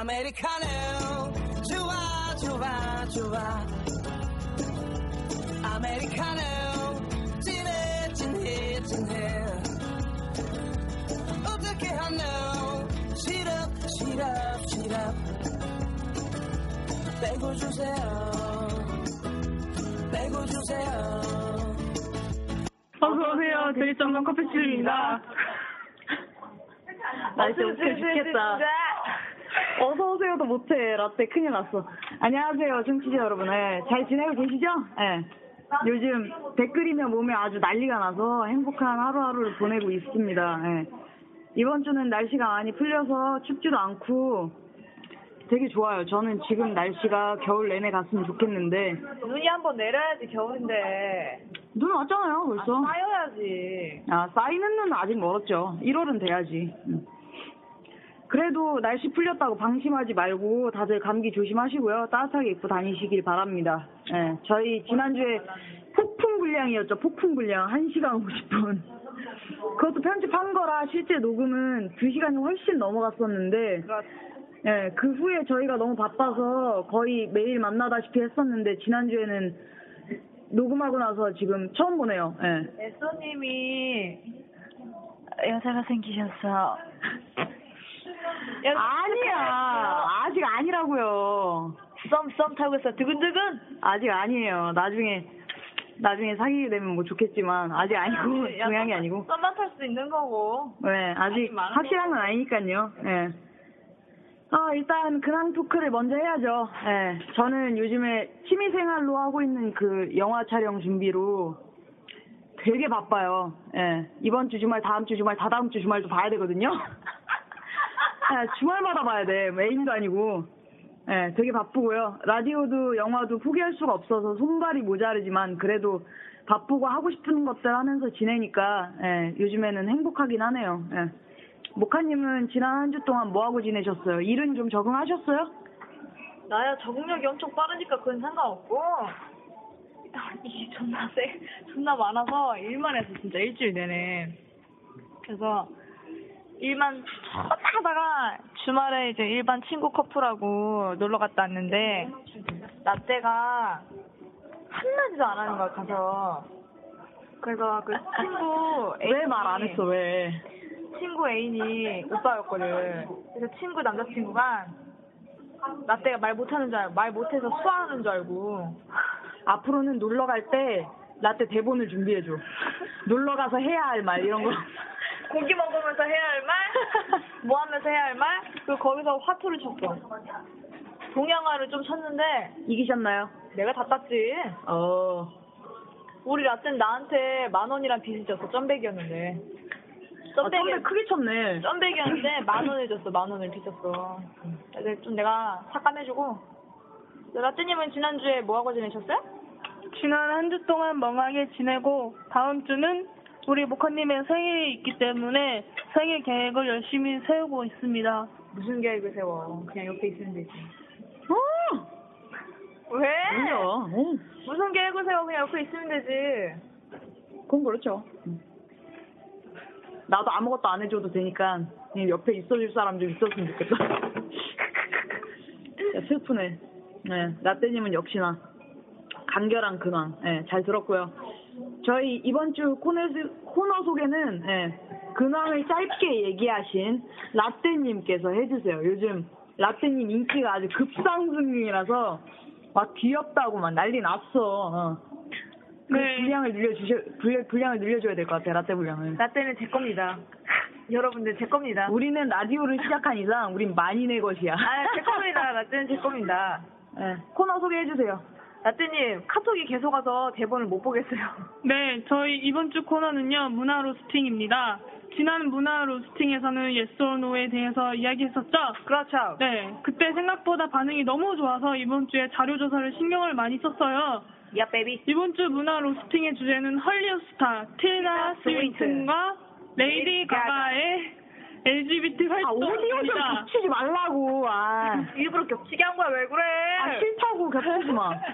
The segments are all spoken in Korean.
아메리카노 좋아 좋아 좋아 아메리카노 진해 진해 진해 어떻게 하노 시럽 시럽 시럽 빼고 주세요 아, 빼고 주세요 어서오세요. 저희 정강 커피집입니다. 네, 날씨 어떻게 죽겠다. 네, 어서오세요도 못해. 라떼 큰일 났어. 안녕하세요. 청취자 여러분. 예, 잘 지내고 계시죠? 예. 요즘 댓글이며 몸에 아주 난리가 나서 행복한 하루하루를 보내고 있습니다. 예. 이번 주는 날씨가 많이 풀려서 춥지도 않고 되게 좋아요. 저는 지금 날씨가 겨울 내내 갔으면 좋겠는데 눈이 한번 내려야지 겨울인데 눈 왔잖아요 벌써. 쌓여야지 아, 쌓이는 눈은 아직 멀었죠. 1월은 돼야지. 음. 그래도 날씨 풀렸다고 방심하지 말고 다들 감기 조심하시고요. 따뜻하게 입고 다니시길 바랍니다. 예, 저희 지난주에 폭풍 분량이었죠. 폭풍 분량. 1시간 50분. 그것도 편집한 거라 실제 녹음은 2시간이 훨씬 넘어갔었는데 예, 그 후에 저희가 너무 바빠서 거의 매일 만나다시피 했었는데 지난주에는 녹음하고 나서 지금 처음 보네요. 예. 애써님이 여자가 생기셨어. 아, 아니야. 아직 아니라고요. 썸썸 타고 있어 두근두근 아직 아니에요. 나중에 나중에 사귀게 되면 뭐 좋겠지만 아직 아니고 야, 동양이 썸만- 아니고. 썸만 탈 수도 있는 거고 네, 아직 아직 많은데. 확실한 건 아니니까요. 예. 아, 일단 근황 토크를 먼저 해야죠. 예. 저는 요즘에 취미 생활로 하고 있는 그 영화 촬영 준비로 되게 바빠요. 예. 이번 주 주말, 다음 주 주말, 다다음 주 주말도 봐야 되거든요. 예, 주말마다 봐야 돼. 메인도 아니고. 예, 되게 바쁘고요. 라디오도 영화도 포기할 수가 없어서 손발이 모자르지만 그래도 바쁘고 하고 싶은 것들 하면서 지내니까 예, 요즘에는 행복하긴 하네요. 예. 모카님은 지난 한 주 동안 뭐 하고 지내셨어요? 일은 좀 적응하셨어요? 나야 적응력이 엄청 빠르니까 그건 상관없고 일이 존나 세 존나 많아서 일만 해서 진짜 일주일 내내 그래서 일만 딱 하다가 주말에 이제 일반 친구 커플하고 놀러 갔다 왔는데 라떼가 한마디도 안 하는 거야 가서 그래서 그 친구 왜 말 안 했어? 왜? 친구 애인이 오빠였거든. 그래서 친구 남자친구가 라떼가 말 못하는 줄 알고 말 못해서 수화하는 줄 알고 앞으로는 놀러 갈 때 라떼 대본을 준비해 줘. 놀러 가서 해야 할 말 이런 거. 고기 먹으면서 해야 할 말, 뭐 하면서 해야 할 말, 그리고 거기서 화투를 쳤어. 동양화를 좀 쳤는데 이기셨나요? 내가 다 땄지. 어. 우리 라떼는 나한테 만 원이랑 빚을 졌어. 점백이었는데. 아, 덤벨 크게 쳤네. 점백이었는데 만 원을 줬어. 만 원을 빚었어. 그래서 좀 내가 삭감해주고. 라떼님은 지난주에 뭐 하고 지내셨어요? 지난 한 주 동안 멍하게 지내고 다음 주는 우리 모카님의 생일이 있기 때문에 생일 계획을 열심히 세우고 있습니다. 무슨 계획을 세워? 그냥 옆에 있으면 되지. 어! 왜? 뭐야? 어. 무슨 계획을 세워? 그냥 옆에 있으면 되지. 그건 그렇죠. 나도 아무것도 안 해줘도 되니까 그냥 옆에 있어줄 사람 좀 있었으면 좋겠다. 야, 슬프네. 네, 라떼님은 역시나 간결한 근황. 네, 잘 들었고요. 저희 이번 주 코너, 코너 소개는 네, 근황을 짧게 얘기하신 라떼님께서 해주세요. 요즘 라떼님 인기가 아주 급상승 중이라서 막 귀엽다고 막 난리 났어. 어. 그 분량을 늘려주셔, 분량, 분량을 늘려줘야 될 것 같아요, 라떼 분량을. 라떼는 제 겁니다. 여러분들 제 겁니다. 우리는 라디오를 시작한 이상, 우린 만인의 것이야. 아, 제 겁니다. 라떼는 제 겁니다. 예. 코너 소개해주세요. 라떼님, 카톡이 계속 와서 대본을 못 보겠어요. 네, 저희 이번 주 코너는요, 문화 로스팅입니다. 지난 문화 로스팅에서는 yes or no에 대해서 이야기했었죠? 그렇죠. 네, 그때 생각보다 반응이 너무 좋아서 이번 주에 자료조사를 신경을 많이 썼어요. 야, 베비. 이번 주 문화 로스팅의 주제는 헐리우드 아, 스타 틸다 스윈튼과 레이디 가가의 LGBT 아, 오디오 좀 활동입니다. 겹치지 말라고, 아. 일부러 겹치게 한 거야, 왜 그래? 아, 싫다고 겹치지 마.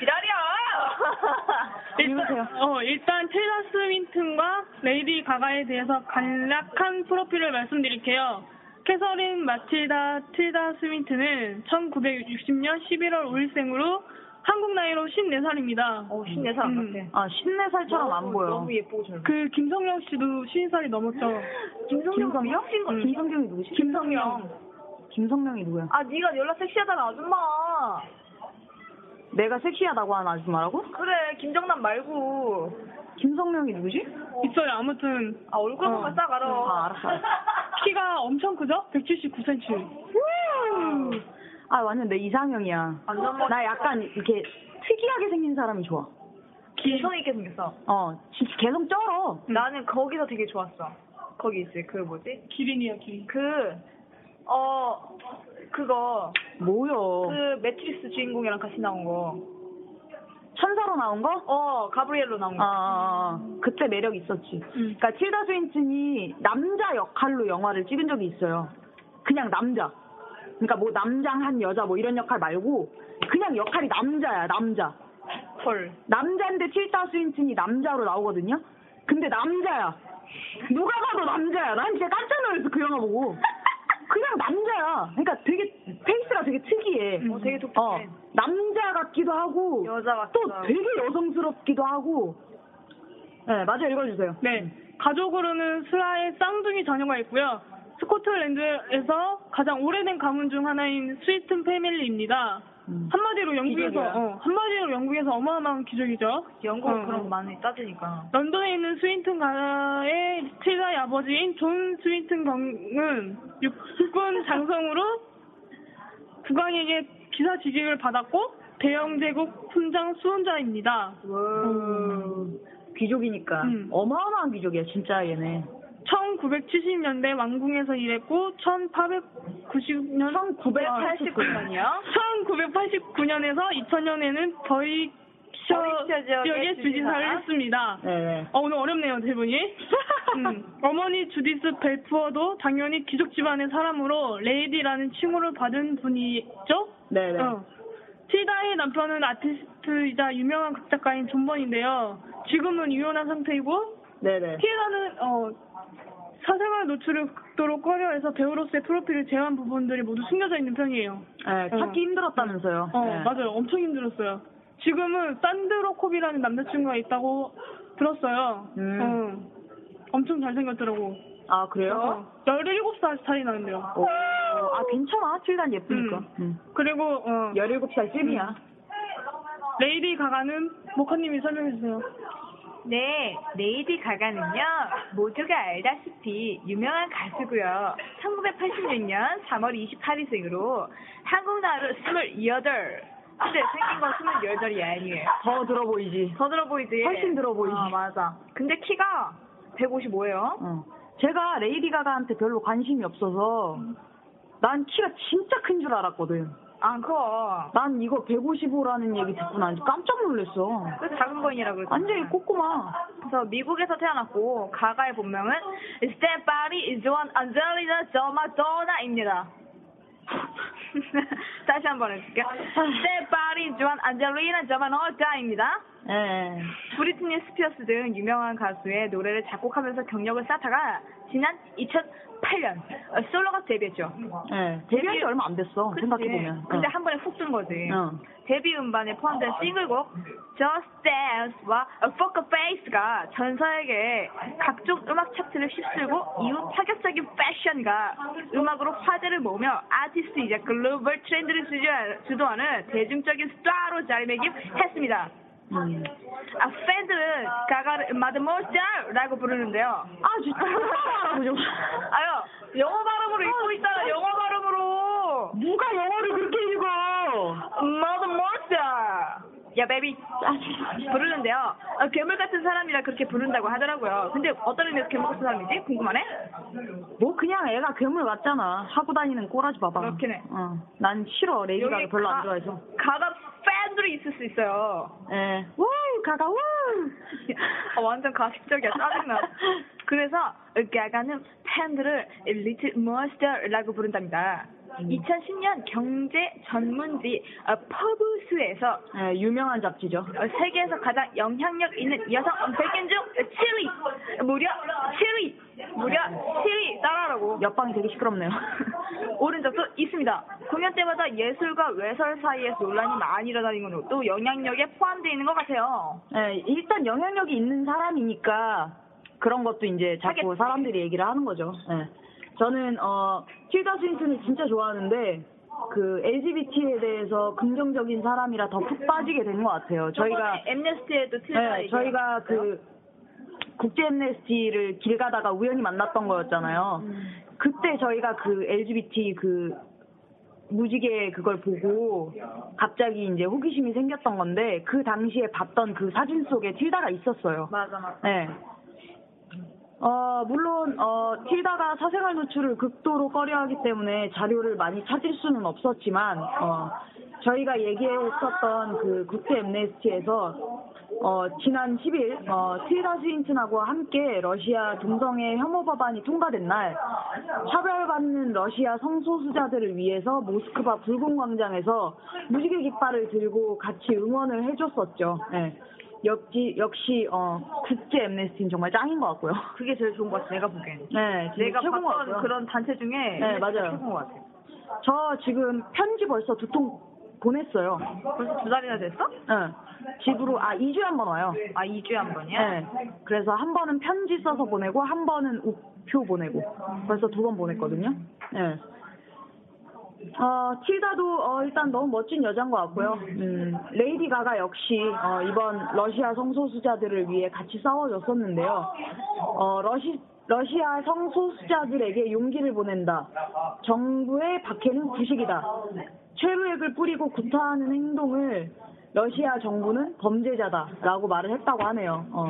지랄이야! 일단, 읽으세요. 어, 일단 틸다 스윈튼과 레이디 가가에 대해서 간략한 프로필을 말씀드릴게요. 캐서린 마틸다 틸다 스윈튼은 1960년 11월 5일생으로 한국 나이로 54살입니다. 어, 신내사 안 음. 같아. 아, 14살처럼 안 보여. 너무 예쁘고 젊어. 그 김성령 씨도 50살이 넘었죠. 김성령 김성령? 미친 거 같아. 김성경이 누구지? 김성령. 김성령이 누구야? 아, 네가 연락 섹시하다는 아줌마. 내가 섹시하다고 하는 아줌마라고? 그래, 김정남 말고. 김성령이 누구지? 있어요. 아무튼 아, 얼굴만 싹 알아. 아, 알았어, 키가 엄청 크죠? 179cm. 아, 완전 내 이상형이야. 완전 멋있다. 나 약간 이렇게 특이하게 생긴 사람이 좋아. 개성 있게 생겼어. 어, 진짜 계속 쩔어. 나는 거기서 되게 좋았어. 거기 있지, 그 뭐지? 기린이야, 기린. 그, 어, 그거, 뭐여. 그 매트릭스 주인공이랑 같이 나온 거. 천사로 나온 거? 어, 가브리엘로 나온 아, 거. 아, 아. 그때 매력 있었지. 음. 그러니까 틸다 스윈튼이 남자 역할로 영화를 찍은 적이 있어요. 그냥 남자. 그러니까 뭐 남장 한 여자 뭐 이런 역할 말고 그냥 역할이 남자야, 남자. 헐. 남자인데 틸다 스윈튼이 남자로 나오거든요. 근데 남자야. 누가 봐도 남자야. 난 진짜 깜짝 놀랐어 그 영화 보고. 그냥 남자야. 그러니까 되게 페이스가 되게 특이해. 어, 되게 독특해. 어, 남자 같기도 하고 여자 같기도 또 하고. 되게 여성스럽기도 하고. 네, 맞아 읽어주세요. 네. 가족으로는 슬아의 쌍둥이 자녀가 있고요. 스코틀랜드에서 가장 오래된 가문 중 하나인 스위튼 패밀리입니다. 한마디로 영국에서 음. 기적이야. 어, 한마디로 영국에서 어마어마한 기적이죠. 영국은 어. 그런 거 많이 따지니까. 런던에 있는 스윈튼 가의 틸다의 아버지인 존 스윈튼 경은 육군 장성으로 국왕에게 기사 직위를 받았고 대영 제국 훈장 수훈자입니다. 귀족이니까 음. 어마어마한 귀족이야 진짜 얘네. 1970년대 왕궁에서 일했고 1890년 어, 1989년이요? 1989년에서 2000년에는 버이셔 버이셔 지역의 지역에 주지사를 주지사. 했습니다. 네. 어, 오늘 어렵네요, 대본이. 음, 어머니 주디스 벨푸어도 당연히 귀족 집안의 사람으로 레이디라는 칭호를 받은 분이죠? 네네. 어. 틸다의 남편은 아티스트이자 유명한 극작가인 존번인데요. 지금은 유연한 상태이고, 네네. 틸다는, 어, 사생활 노출을 극도로 꺼려해서 배우로서의 프로필을 제외한 부분들이 모두 숨겨져 있는 편이에요. 네, 찾기 힘들었다면서요. 어, 네. 맞아요. 엄청 힘들었어요. 지금은 산드로 콥이라는 남자친구가 있다고 들었어요. 음. 어. 엄청 잘생겼더라고. 아 그래요? 17살 차이 나는데요. 어, 어, 아 괜찮아 틸단 예쁘니까. 음. 음. 그리고, 어, 17살 쯤이야. 레이디 가가는 모카님이 설명해주세요. 네, 레이디 가가는요, 모두가 알다시피 유명한 가수고요 1986년 3월 28일생으로 한국 나이로 28. 근데 생긴 건 28이 아니에요. 더 들어 보이지. 더 들어 보이지? 훨씬 들어 보이지. 아, 맞아. 근데 키가 155예요. 어. 제가 레이디 가가한테 별로 관심이 없어서 난 키가 진짜 큰 줄 알았거든. 안 커. 난 이거 155라는 얘기 듣고 난 깜짝 놀랐어. 그 작은 거인이라 그러지. 완전히 꼬꼬마. 그래서 미국에서 태어났고 가가의 본명은 스테파니 이즈원 안젤리나 저마도나입니다. 다시 한 번 해줄게요. 스테파니 이즈원 안젤리나 저마도나입니다. 예. 브리트니 스피어스 등 유명한 가수의 노래를 작곡하면서 경력을 쌓다가 지난 2008년 어, 솔로가 데뷔했죠. 예. 데뷔한 지 얼마 안 됐어. 그치? 생각해보면. 근데 한 번에 훅 뜬 거지. 어. 어. 데뷔 음반에 포함된 싱글곡 Just Dance와 Fuck a Face가 전 세계 각종 음악 차트를 휩쓸고 이후 파격적인 패션과 음악으로 화제를 모으며 아티스트이자 글로벌 트렌드를 주저- 주도하는 대중적인 스타로 자리매김했습니다. 음. 아, 팬들은 가가를 마드모샤라고 부르는데요. 아 진짜. 아유, 영어 발음으로 읽고 있잖아, 영어 발음으로. 누가 영어를 그렇게 읽어? 마드모샤. 야, 베비. 아, 부르는데요. 아, 괴물 같은 사람이라 그렇게 부른다고 하더라고요. 근데 어떤 의미에서 괴물 같은 사람인지 궁금하네? 뭐 그냥 애가 괴물 같잖아. 하고 다니는 꼬라지 봐봐. 그렇긴 해. 어. 난 싫어. 레이디 가가 여기 별로 가- 안 좋아해서. 가가 팬들이 있을 수 있어요. 예. 우 가가 우. 아, 완전 가식적이야 짜증나 그래서 가가는 팬들을 리틀 머스터라고 부른답니다 2010년 경제 전문지 어, 퍼브스에서 예, 유명한 잡지죠. 어, 세계에서 가장 영향력 있는 여성 100인 중 7위 무려 7위 무려 7위 따라라고 옆방이 되게 시끄럽네요. 오른 적도 있습니다. 공연 때마다 예술과 외설 사이에서 논란이 많이 일어나는 건 또 영향력에 포함되어 있는 것 같아요. 예, 일단 영향력이 있는 사람이니까 그런 것도 이제 자꾸 하겠지. 사람들이 얘기를 하는 거죠. 예. 저는 어 틸다 스윈튼을 진짜 좋아하는데 그 LGBT에 대해서 긍정적인 사람이라 더 푹 빠지게 된 것 같아요. 저희가 저번에 엠네스티에도 틀다 네, 저희가 그 국제 엠네스티를 길 가다가 우연히 만났던 거였잖아요. 음. 그때 저희가 그 LGBT 그 무지개 그걸 보고 갑자기 이제 호기심이 생겼던 건데 그 당시에 봤던 그 사진 속에 틸다가 있었어요. 맞아 맞아. 네. 어, 물론, 어, 틸다가 사생활 노출을 극도로 꺼려 하기 때문에 자료를 많이 찾을 수는 없었지만, 어, 저희가 얘기했었던 그 국제 엠네스티에서, 어, 지난 10일, 어, 틸다 스윈튼하고 함께 러시아 동성애 혐오 법안이 통과된 날, 차별받는 러시아 성소수자들을 위해서 모스크바 불공광장에서 무지개 깃발을 들고 같이 응원을 해줬었죠. 네. 역시, 역시, 어, 국제 엠네스티는 정말 짱인 것 같고요. 그게 제일 좋은 것 같아 내가 보기엔. 네, 진짜 내가 최고인 것 봤던 같고요. 그런 단체 중에 네, 맞아요. 최고인 것 같아. 저 지금 편지 벌써 두 통 보냈어요. 벌써 두 달이나 됐어? 네. 집으로, 아, 2주에 한 번 와요. 아 2주에 한 번이야? 네. 그래서 한 번은 편지 써서 보내고, 한 번은 우표 보내고. 벌써 두 번 보냈거든요. 네. 어, 틸다도, 어, 일단 너무 멋진 여자인 것 같고요. 음, 레이디 가가 역시, 어, 이번 러시아 성소수자들을 위해 같이 싸워줬었는데요. 어, 러시, 러시아 성소수자들에게 용기를 보낸다. 정부의 박해는 부식이다. 최루액을 뿌리고 구타하는 행동을 러시아 정부는 범죄자다. 라고 말을 했다고 하네요. 어.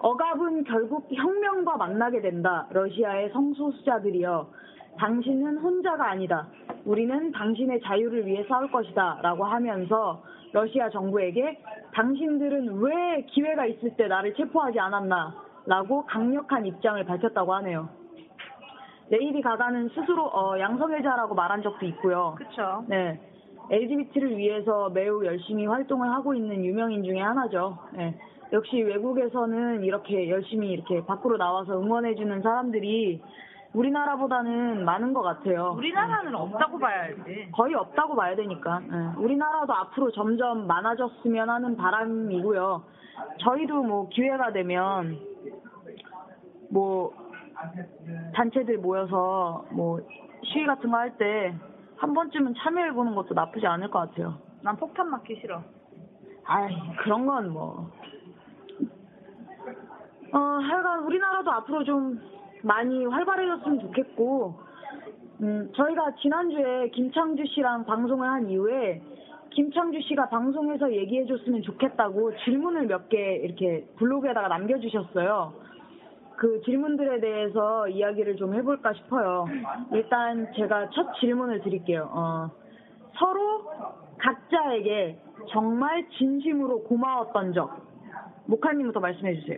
억압은 결국 혁명과 만나게 된다. 러시아의 성소수자들이여. 당신은 혼자가 아니다. 우리는 당신의 자유를 위해 싸울 것이다. 라고 하면서 러시아 정부에게 당신들은 왜 기회가 있을 때 나를 체포하지 않았나. 라고 강력한 입장을 밝혔다고 하네요. 레이디 가가는 스스로 어, 양성애자라고 말한 적도 있고요. 그쵸. 네. LGBT를 위해서 매우 열심히 활동을 하고 있는 유명인 중에 하나죠. 네. 역시 외국에서는 이렇게 열심히 이렇게 밖으로 나와서 응원해주는 사람들이 우리나라보다는 많은 것 같아요. 우리나라는 없다고 봐야 알지. 거의 없다고 봐야 되니까. 예. 우리나라도 앞으로 점점 많아졌으면 하는 바람이고요. 저희도 뭐 기회가 되면 뭐 단체들 모여서 뭐 시위 같은 거 할 때 한 번쯤은 참여해 보는 것도 나쁘지 않을 것 같아요. 난 폭탄 맞기 싫어. 아 그런 건 뭐. 어, 하여간 우리나라도 앞으로 좀 많이 활발해졌으면 좋겠고, 음, 저희가 지난주에 김창주 씨랑 방송을 한 이후에, 김창주 씨가 방송에서 얘기해줬으면 좋겠다고 질문을 몇 개 이렇게 블로그에다가 남겨주셨어요. 그 질문들에 대해서 이야기를 좀 해볼까 싶어요. 일단 제가 첫 질문을 드릴게요. 어, 서로 각자에게 정말 진심으로 고마웠던 적. 목할님부터 말씀해 주세요.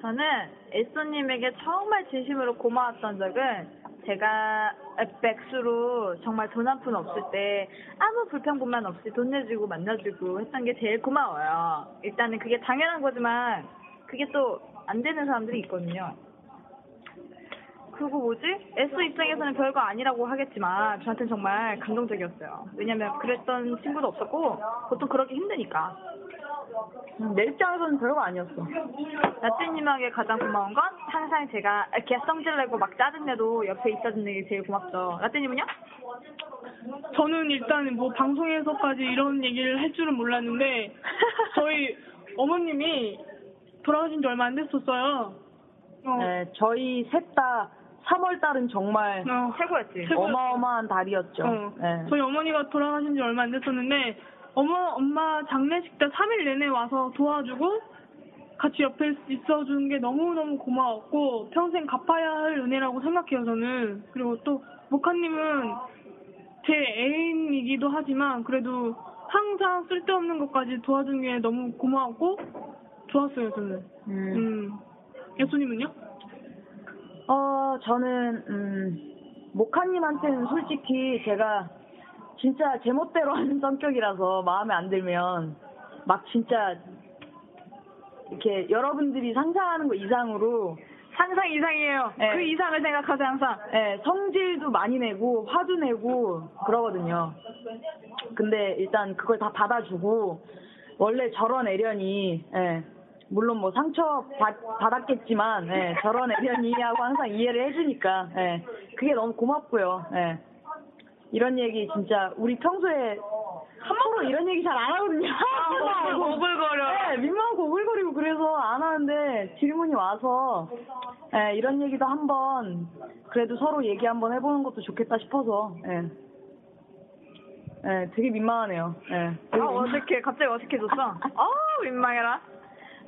저는 에쏘님에게 정말 진심으로 고마웠던 적은 제가 백수로 정말 돈 한 푼 없을 때 아무 불평분만 없이 돈 내주고 만나주고 했던 게 제일 고마워요. 일단은 그게 당연한 거지만 그게 또 안 되는 사람들이 있거든요. 그리고 뭐지? 에쏘 입장에서는 별거 아니라고 하겠지만 저한테는 정말 감동적이었어요. 왜냐면 그랬던 친구도 없었고 보통 그러기 힘드니까. 음, 내 입장에서는 별거 아니었어. 나트님에게 가장 고마운 건 항상 제가 개성질 내고 막 짜증내도 옆에 있어주는 게 제일 고맙죠. 나트님은요? 저는 일단 뭐 방송에서까지 이런 얘기를 할 줄은 몰랐는데 저희 어머님이 돌아가신 지 얼마 안 됐었어요. 어, 네, 저희 셋 다 3월 달은 정말 어, 최고였지. 최고였어요. 어마어마한 달이었죠. 어, 네. 저희 어머니가 돌아가신 지 얼마 안 됐었는데 어머 엄마 장례식 때 3일 내내 와서 도와주고 같이 옆에 있어준 게 너무너무 고마웠고 평생 갚아야 할 은혜라고 생각해요 저는 그리고 또 모카님은 제 애인이기도 하지만 그래도 항상 쓸데없는 것까지 도와준 게 너무 고마웠고 좋았어요 저는 음. 음 예수님은요? 어, 저는, 음, 모카님한테는 솔직히 제가 진짜 제멋대로 하는 성격이라서 마음에 안 들면 막 진짜 이렇게 여러분들이 상상하는 거 이상으로 항상 이상이에요 네. 그 이상을 생각하죠 항상 예, 성질도 많이 내고 화도 내고 그러거든요. 근데 일단 그걸 다 받아주고 원래 저런 애련이 예, 물론 뭐 상처 받, 받았겠지만 예, 저런 애련이하고 항상 이해를 해주니까 예, 그게 너무 고맙고요. 예. 이런 얘기 진짜 우리 평소에 함부로 이런 얘기 잘 안 하거든요. 아, 뭐, 아, 오글거려 네, 민망하고 오글거리고 그래서 안 하는데 질문이 와서 예, 이런 얘기도 한번 그래도 서로 얘기 한번 해보는 것도 좋겠다 싶어서 예. 예, 되게 민망하네요. 예. 아 어색해. 갑자기 어색해졌어. 아 민망해라.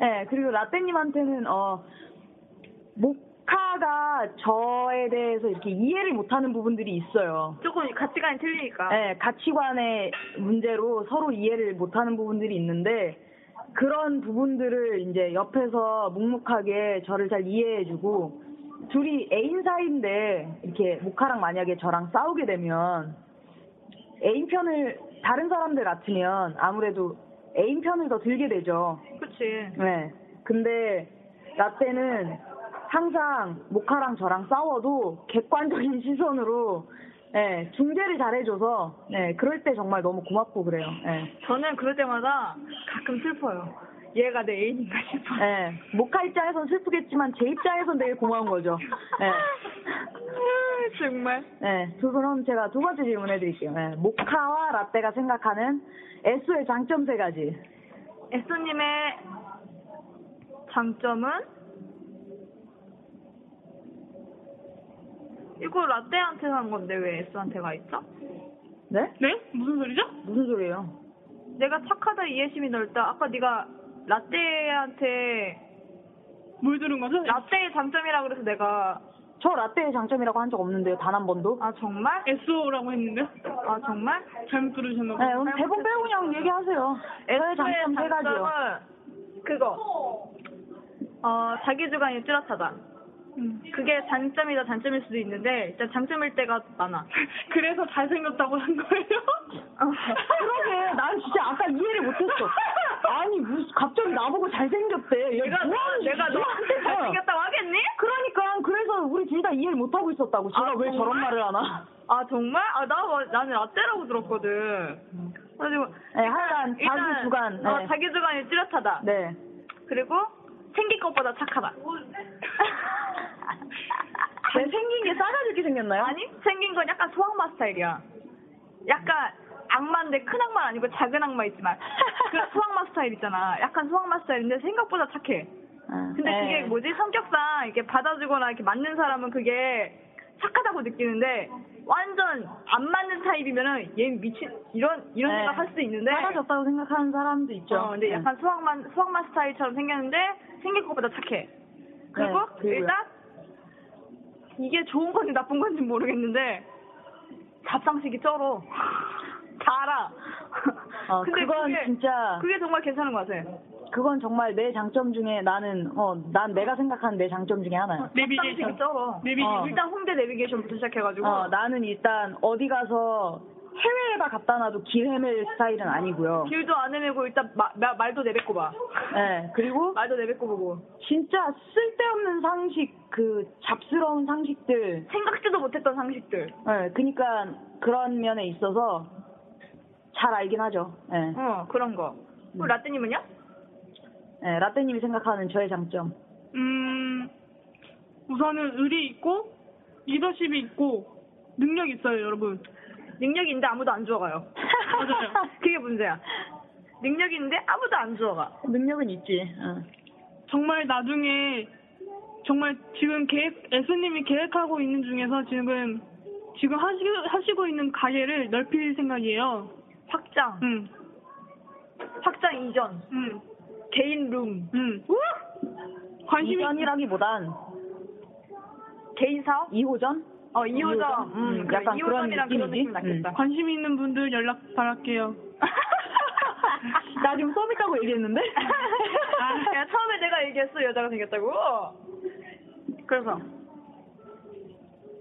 예, 그리고 라떼님한테는 어 모카가 저에 대해서 이렇게 이해를 못하는 부분들이 있어요. 조금 가치관이 틀리니까. 네, 가치관의 문제로 서로 이해를 못하는 부분들이 있는데 그런 부분들을 이제 옆에서 묵묵하게 저를 잘 이해해주고 둘이 애인 사이인데 이렇게 모카랑 만약에 저랑 싸우게 되면 애인 편을 다른 사람들 같으면 아무래도 애인 편을 더 들게 되죠. 그치. 네. 근데 라떼는 항상 모카랑 저랑 싸워도 객관적인 시선으로 예, 중재를 잘해줘서 예, 그럴 때 정말 너무 고맙고 그래요. 예. 저는 그럴 때마다 가끔 슬퍼요. 얘가 내 애인인가 싶어. 예, 모카 입장에선 슬프겠지만 제 입장에선 되게 고마운 거죠. 예. 아, 정말. 예, 두- 그럼 제가 두 번째 질문해드릴게요. 예, 모카와 라떼가 생각하는 S의 장점 세 가지. 에스님의 장점은? 이거 라떼한테 한 건데 왜 에스한테가 있죠? 네? 네? 무슨 소리죠? 무슨 소리예요? 내가 착하다 이해심이 넓다. 아까 네가 라떼한테 뭘 들은 거죠? 라떼의 장점이라 그래서 내가 저 라떼의 장점이라고 한 적 없는데요, 단 한 번도. 아 정말? SO라고 했는데 아 정말? 잘못 들으셨나 네, 봐요. 오늘 대본 빼고 그냥 얘기하세요. 저의 장점 세 가지요. 장점은 그거. 어 자기 주관이 뚜렷하다. 음. 그게 장점이다 단점일 수도 있는데 일단 장점일 때가 많아. 어. 그래서 잘생겼다고 한 거예요? 그러게, 난 진짜 아까 이해를 못했어. 아니, 무슨, 갑자기 나보고 잘생겼대. 얘 내가 뭐 하는 내가 짓이야? 너한테 잘생겼다고 하겠니? 그러니까, 그래서 우리 둘 다 이해를 못하고 있었다고. 제가 아, 왜 정말? 저런 말을 하나? 아 정말? 아나 나는 라떼라고 들었거든. 그래가지고 네, 하여간, 자기 주관. 네. 어, 자기 주관이 뚜렷하다. 네. 그리고 생긴 것보다 착하다. 왜 생긴 게 싸가지 있게 생겼나요? 아니 생긴 건 약간 소악마 스타일이야. 약간 악마인데 큰 악마 는 아니고 작은 악마 있지만 그 소악마 스타일 있잖아. 약간 소악마 스타일인데 생각보다 착해. 근데 네. 그게 뭐지 성격상 이렇게 받아주거나 이렇게 맞는 사람은 그게 착하다고 느끼는데 완전 안 맞는 타입이면은 얘 미친 이런 이런 네. 생각할 수도 있는데. 싸가졌다고 생각하는 사람도 있죠. 어, 근데 네. 약간 소악만 소악마 스타일처럼 생겼는데 생긴 것보다 착해. 그리고 네, 그리고요. 일단 이게 좋은 건지 나쁜 건지 모르겠는데 잡상식이 쩔어. 다 알아. 어, 그건 게 진짜- 그게 정말 괜찮은 것 같아요. 그건 정말 내 장점 중에 나는, 어, 난 내가 생각하는 내 장점 중에 하나야. 잡상식이 내비게이션. 쩔어. 내비게이션. 어. 일단 홍대 내비게이션부터 시작해가지고 어, 나는 일단 어디 가서 해외에다 갖다 놔도 길 헤맬 스타일은 아니고요. 길도 안 헤매고 일단 마- 마- 말도 내뱉고 봐. 네, 그리고 말도 내뱉고 보고 진짜 쓸데없는 상식, 그 잡스러운 상식들. 생각지도 못했던 상식들. 네, 그러니까 그런 면에 있어서 잘 알긴 하죠. 네, 어 그런 거. 음. 그리고 라떼님은요? 네, 라떼님이 생각하는 저의 장점. 음, 우선은 의리 있고 리더십이 있고 능력 있어요, 여러분. 능력이 있는데 아무도 안 주워가요. 맞아요. 그게 문제야. 능력이 있는데 아무도 안 주워가. 능력은 있지. 응. 정말 나중에 정말 지금 계획 예수님이 계획하고 있는 중에서 지금 지금 하시, 하시고 있는 가게를 넓힐 생각이에요. 음, 확장. 응, 확장 이전. 응, 개인 룸. 응. 어? 우! 관심이 이전이라기보단 개인 사업? 2호전? 어, 2호점. 음, 음, 그래, 약간 2호점이랑 그런 그런 느낌이지? 음. 느낌 낫겠다. 관심 있는 분들 연락 바랄게요. 아, 나 지금 썸 있다고 얘기했는데? 아, 야, 처음에 내가 얘기했어, 여자가 생겼다고. 그래서,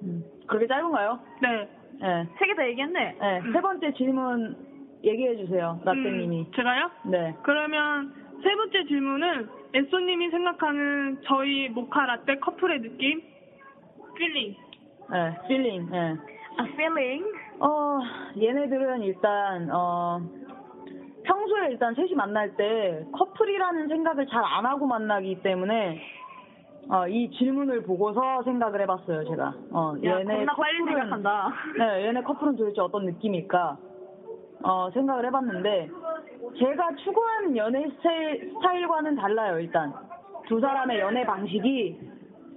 음, 그게 짧은가요? 네. 네. 세 개 다 얘기했네. 네. 세 번째 질문 얘기해주세요. 라떼님이. 음, 제가요? 네. 그러면 세 번째 질문은 에쏘님이 생각하는 저희 모카 라떼 커플의 느낌? 필링. 네. 필링. 네. 아, feeling? 어, 얘네들은 일단, 어, 평소에 일단 셋이 만날 때 커플이라는 생각을 잘 안 하고 만나기 때문에, 어, 이 질문을 보고서 생각을 해봤어요, 제가. 어, 야, 얘네 겁나 빨리 커플은- 생각한다. 네, 얘네 커플은 도대체 어떤 느낌일까? 어, 생각을 해봤는데, 제가 추구하는 연애 스타일, 스타일과는 달라요, 일단. 두 사람의 연애 방식이,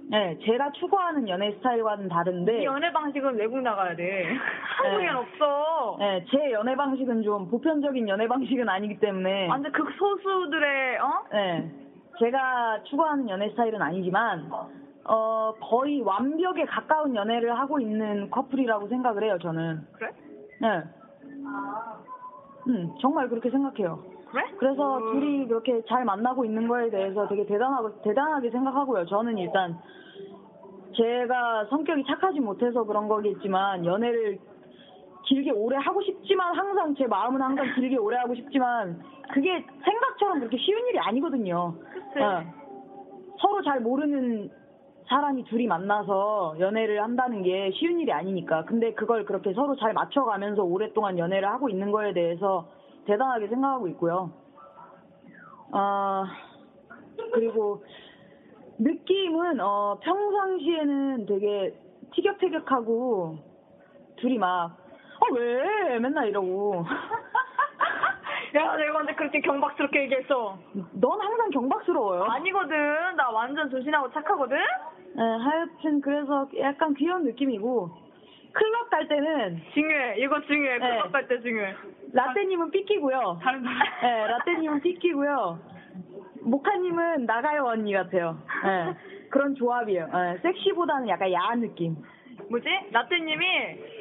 네, 제가 추구하는 연애 스타일과는 다른데, 이 연애 방식은 외국 나가야 돼. 한국엔 네. 없어. 네, 제 연애 방식은 좀 보편적인 연애 방식은 아니기 때문에 완전 극소수들의, 어? 네, 제가 추구하는 연애 스타일은 아니지만 어 거의 완벽에 가까운 연애를 하고 있는 커플이라고 생각을 해요 저는 그래? 네. 음, 정말 그렇게 생각해요. 그래? 그래서 음. 둘이 그렇게 잘 만나고 있는 거에 대해서 되게 대단하고 대단하게 생각하고요. 저는 일단 제가 성격이 착하지 못해서 그런 거겠지만 연애를 길게 오래 하고 싶지만 항상 제 마음은 항상 길게 오래 하고 싶지만 그게 생각처럼 그렇게 쉬운 일이 아니거든요. 그치. 어. 서로 잘 모르는 사람이 둘이 만나서 연애를 한다는 게 쉬운 일이 아니니까. 근데 그걸 그렇게 서로 잘 맞춰가면서 오랫동안 연애를 하고 있는 거에 대해서 대단하게 생각하고 있고요. 아, 그리고 느낌은, 어, 평상시에는 되게 티격태격하고 둘이 막, 아, 왜? 맨날 이러고. 야, 내가 언제 그렇게 경박스럽게 얘기했어? 넌 항상 경박스러워요. 아니거든. 나 완전 조신하고 착하거든? 네, 하여튼 그래서 약간 귀여운 느낌이고 클럽 갈 때는 중요해. 이거 중요해. 네. 클럽 갈 때 중요해. 라떼님은 삐끼고요. 다른 사람. 네, 라떼님은 삐끼고요. 모카님은 나가요 언니 같아요. 네, 그런 조합이에요. 네, 섹시보다는 약간 야한 느낌. 뭐지? 라떼님이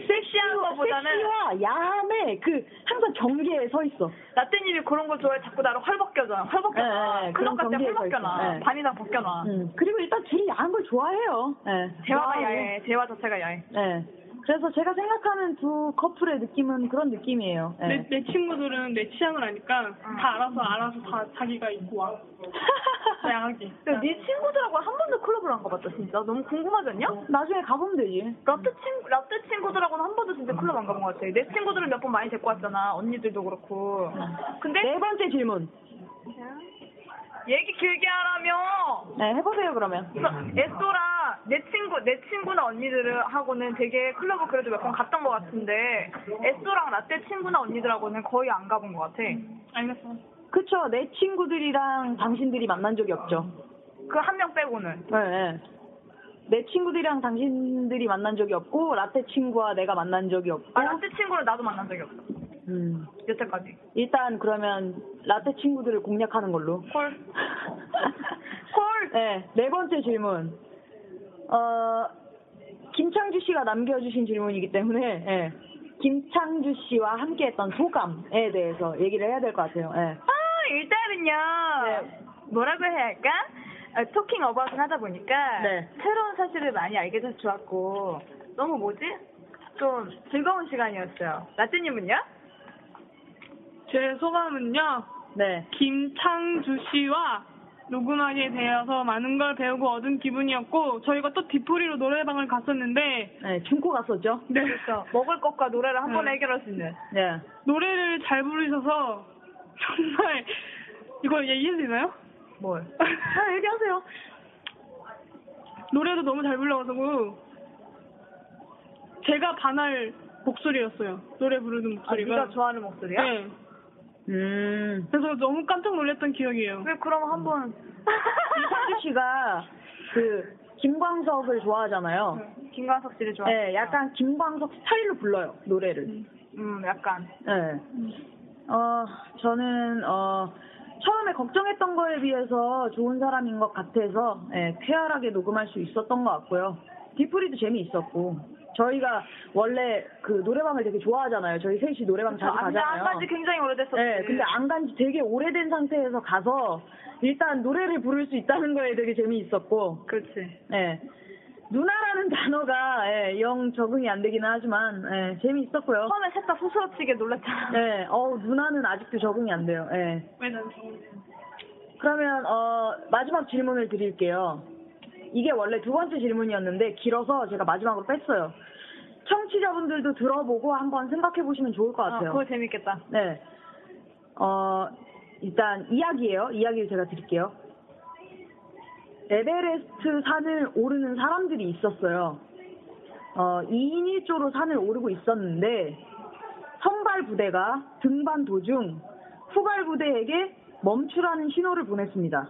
섹시한 거보다는 섹시와 야함에 그 항상 경계에 서 있어. 라떼님이 그런 거 좋아해 자꾸 나를 헐벗겨줘 네, 헐벗겨놔 네, 그런 클럽 갈때 경계에서 헐벗겨놔 있죠. 네. 반이나 벗겨놔 음, 그리고 일단 둘이 야한 걸 좋아해요. 네, 야하고. 대화가 야해 대화 자체가 야해 네, 그래서 제가 생각하는 두 커플의 느낌은 그런 느낌이에요. 네. 내, 내 친구들은 내 취향을 아니까 다 알아서 알아서 다 자기가 입고 와. 다양하게. 야, 네 친구들하고 한 번도 클럽을 안 가봤다 진짜 너무 궁금하지 않냐? 나중에 가보면 되지. 라떼 친 라떼 친구들하고는 한 번도 진짜 클럽 안 가본 것 같아 내 친구들은 몇 번 많이 데리고 왔잖아 언니들도 그렇고 근데 네 번째 질문. 얘기 길게 하라며 네, 해보세요, 그러면. 에쏘라 내 친구 내 친구나 언니들하고는 되게 클럽을 그래도 몇 번 갔던 것 같은데 에쏘랑 라떼 친구나 언니들하고는 거의 안 가본 것 같아. 알겠어. 그쵸, 내 친구들이랑 당신들이 만난 적이 없죠. 그 한 명 빼고는 네, 네. 내 친구들이랑 당신들이 만난 적이 없고, 라떼 친구와 내가 만난 적이 없고, 아 라떼 친구를 나도 만난 적이 없어 음. 여태까지. 일단 그러면 라떼 친구들을 공략하는 걸로. 콜. 콜. 네, 네 번째 질문. 어, 김창주 씨가 남겨주신 질문이기 때문에, 예. 김창주 씨와 함께 했던 소감에 대해서 얘기를 해야 될 것 같아요. 예. 아 일단은요 뭐라고 해야 할까? 아, 토킹 어바웃을 하다 보니까 네. 새로운 사실을 많이 알게 돼서 좋았고 너무 뭐지? 좀 즐거운 시간이었어요. 라떼님은요? 제 소감은요. 네. 김창주 씨와 녹음하게 되어서 많은 걸 배우고 얻은 기분이었고 저희가 또 디프리로 노래방을 갔었는데 네, 춤코 갔었죠? 네. 그래서 먹을 것과 노래를 한 번에 네. 해결할 수 있는 네. 노래를 잘 부르셔서 정말 이거 얘기해도 되나요? 뭘? 아, 얘기하세요. 노래도 너무 잘 불러가지고 제가 반할 목소리였어요. 노래 부르는 아, 목소리가. 네가 좋아하는 목소리야? 네. 음. 그래서 너무 깜짝 놀랐던 기억이에요. 왜 그럼 한번 이상주 씨가 그 김광석을 좋아하잖아요. 김광석 씨를 음, 좋아. 네, 약간 김광석 스타일로 불러요 노래를. 음, 약간. 네. 어, 저는 어 처음에 걱정했던 거에 비해서 좋은 사람인 것 같아서 예, 쾌활하게 녹음할 수 있었던 것 같고요. 디프리도 재미있었고 저희가 원래 그 노래방을 되게 좋아하잖아요. 저희 셋이 노래방 저 자주 가잖아요. 안간지 그 굉장히 오래됐었지. 네, 근데 안 간 지 되게 오래된 상태에서 가서 일단 노래를 부를 수 있다는 거에 되게 재미있었고, 그렇지. 예. 누나라는 단어가 예, 영 적응이 안 되기는 하지만 예, 재미있었고요. 처음에 셋 다 소스러치게 놀랐잖아. 예, 어 누나는 아직도 적응이 안 돼요. 예. 왜난 좋은데. 그러면 어 마지막 질문을 드릴게요. 이게 원래 두 번째 질문이었는데 길어서 제가 마지막으로 뺐어요. 청취자분들도 들어보고 한번 생각해 보시면 좋을 것 아, 같아요. 그거 재밌겠다. 네. 어, 일단 이야기예요. 이야기를 제가 드릴게요. 에베레스트 산을 오르는 사람들이 있었어요. 어, 2인 1조로 산을 오르고 있었는데 선발 부대가 등반 도중 후발 부대에게 멈추라는 신호를 보냈습니다.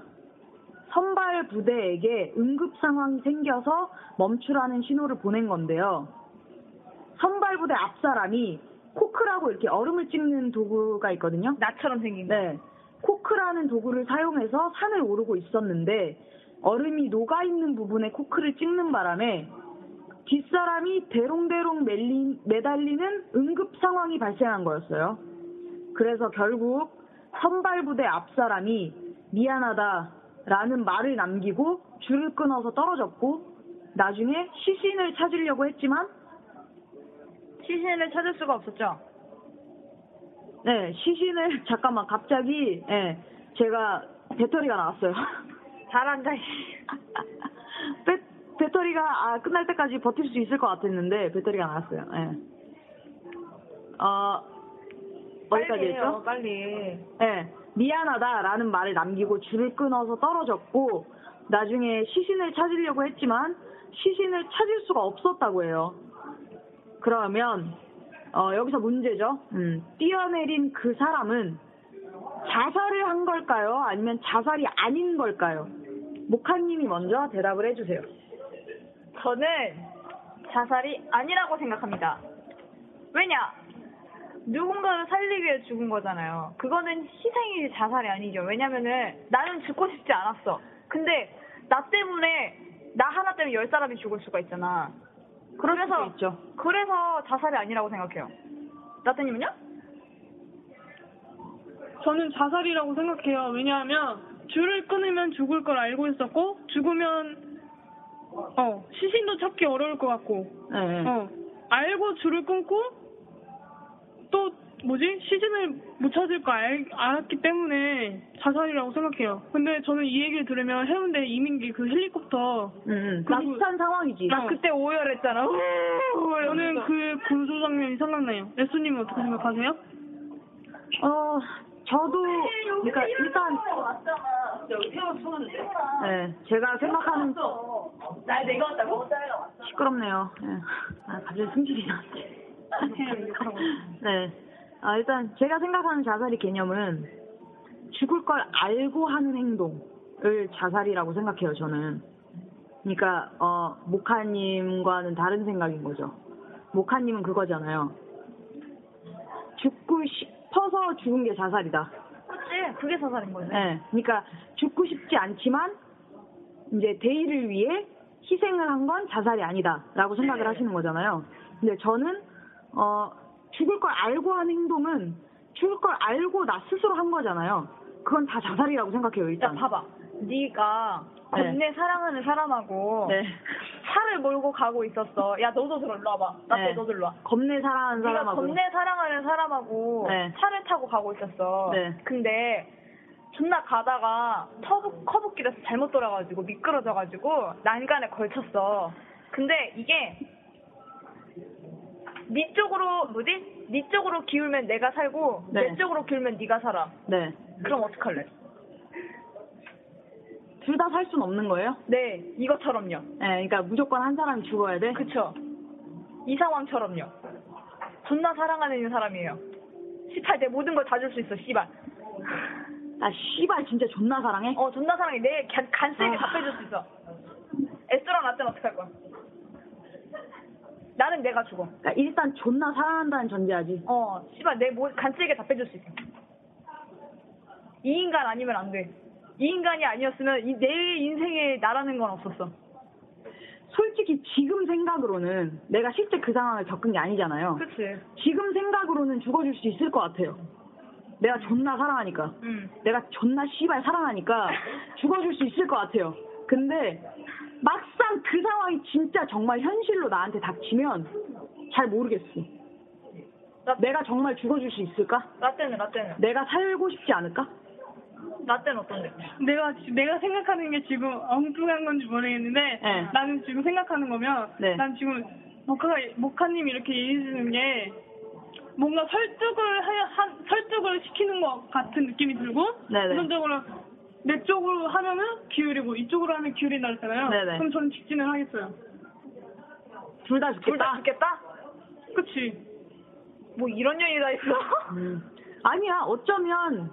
선발 부대에게 응급 상황이 생겨서 멈추라는 신호를 보낸 건데요. 선발 부대 앞 사람이 코크라고 이렇게 얼음을 찍는 도구가 있거든요. 나처럼 생긴 거. 네. 코크라는 도구를 사용해서 산을 오르고 있었는데 얼음이 녹아 있는 부분에 코크를 찍는 바람에 뒷사람이 대롱대롱 멜린- 매달리는 응급 상황이 발생한 거였어요. 그래서 결국 선발부대 앞사람이 미안하다라는 말을 남기고 줄을 끊어서 떨어졌고 나중에 시신을 찾으려고 했지만 시신을 찾을 수가 없었죠. 네, 시신을 잠깐만 갑자기 예, 제가 배터리가 나왔어요. 잘한다, 씨. 배, 배터리가 아, 끝날 때까지 버틸 수 있을 것 같았는데 배터리가 나왔어요. 예. 어, 어디까지 빨리 했죠? 해요, 빨리. 예, 미안하다라는 말을 남기고 줄을 끊어서 떨어졌고 나중에 시신을 찾으려고 했지만 시신을 찾을 수가 없었다고 해요. 그러면 어, 여기서 문제죠. 음, 뛰어내린 그 사람은 자살을 한 걸까요? 아니면 자살이 아닌 걸까요? 목하님이 먼저 대답을 해주세요. 저는 자살이 아니라고 생각합니다. 왜냐? 누군가를 살리기 위해 죽은 거잖아요. 그거는 희생이지 자살이 아니죠. 왜냐면은 나는 죽고 싶지 않았어. 근데 나 때문에 나 하나 때문에 열 사람이 죽을 수가 있잖아. 그럴 그래서- 수도 있죠. 그래서 자살이 아니라고 생각해요. 나태님은요? 저는 자살이라고 생각해요. 왜냐하면 줄을 끊으면 죽을 걸 알고 있었고 죽으면 어 시신도 찾기 어려울 것 같고 네, 예, 예. 어 알고 줄을 끊고 또 뭐지 시신을 못 찾을 거 알, 알았기 때문에 자살이라고 생각해요. 근데 저는 이 얘기를 들으면 해운대 이민기 그 헬리콥터 음, 음. 그리고- 비슷한 상황이지. 나 그때 오열했잖아. 저는 그 구조 장면이 생각나요. 예수님은 어떻게 생각하세요? 어, 저도 그러니까 일단 네, 제가 생각하는 나 내가 왔다고? 시끄럽네요. 예. 아, 갑자기 승질이 나는데. 네. 아, 일단 제가 생각하는 자살의 개념은 죽을 걸 알고 하는 행동을 자살이라고 생각해요, 저는. 그러니까 어, 모카님과는 다른 생각인 거죠. 모카님은 그거잖아요. 죽고 싶어서 죽은 게 자살이다. 그치, 그게 자살인 거지. 예. 그러니까 죽고 싶지 않지만 이제 대의를 위해 희생을 한 건 자살이 아니다라고 생각을 하시는 거잖아요. 근데 저는 어 죽을 걸 알고 한 행동은 죽을 걸 알고 나 스스로 한 거잖아요. 그건 다 자살이라고 생각해요 야, 일단. 봐봐. 네가 네. 겁내 사랑하는 사람하고 네. 차를 몰고 가고 있었어. 야, 너도 들어올라 와봐. 나때 네. 너도 일로 와. 겁내 사랑하는 네가 사람하고. 그러니까 겁내 사랑하는 사람하고 네. 차를 타고 가고 있었어. 네. 근데 존나 가다가 터브, 커브길에서 잘못 돌아가지고 미끄러져가지고 난간에 걸쳤어. 근데 이게 네 쪽으로 뭐지? 네 쪽으로 기울면 내가 살고 네. 내 쪽으로 기울면 네가 살아. 네. 그럼 어떡할래? 둘 다 살 순 없는 거예요? 네, 이것처럼요. 네. 그러니까 무조건 한 사람이 죽어야 돼. 그쵸. 이 상황처럼요. 존나 사랑하는 사람이에요. 시탈 내 모든 걸 다 줄 수 있어, 씨발. 아 씨발 진짜 존나 사랑해? 어, 존나 사랑해. 내 간- 아. 간세게 다 빼줄 수 있어. 에스라 나땐 어떡할 거야? 나는 내가 죽어. 그러니까 일단 존나 사랑한다는 전제하지. 어, 씨발, 내 모, 간질게 다 빼줄 수 있어. 이 인간 아니면 안 돼. 이 인간이 아니었으면 이, 내 인생에 나라는 건 없었어. 솔직히 지금 생각으로는 내가 실제 그 상황을 겪은 게 아니잖아요. 그치. 지금 생각으로는 죽어줄 수 있을 것 같아요. 내가 존나 사랑하니까. 응. 내가 존나 씨발 사랑하니까 죽어줄 수 있을 것 같아요. 근데 막상 그 상황이 진짜 정말 현실로 나한테 닥치면 잘 모르겠어. 내가 정말 죽어줄 수 있을까? 라떼는, 라떼는. 내가 살고 싶지 않을까? 라떼는 어떤데? 내가 지- 내가 생각하는 게 지금 엉뚱한 건지 모르겠는데 네. 나는 지금 생각하는 거면 네. 난 지금 모카가 모카님 이렇게 얘기해 주는 게 뭔가 설득을 하, 한- 설득을 시키는 것 같은 느낌이 들고 네네. 우선적으로 내 쪽으로 하면은 기울이고 이쪽으로 하면 기울인다 그랬잖아요. 네네. 그럼 저는 직진을 하겠어요. 둘 다 둘 죽겠다. 다 죽겠다? 그치? 뭐 이런 년이 다 있어? 음. 아니야, 어쩌면,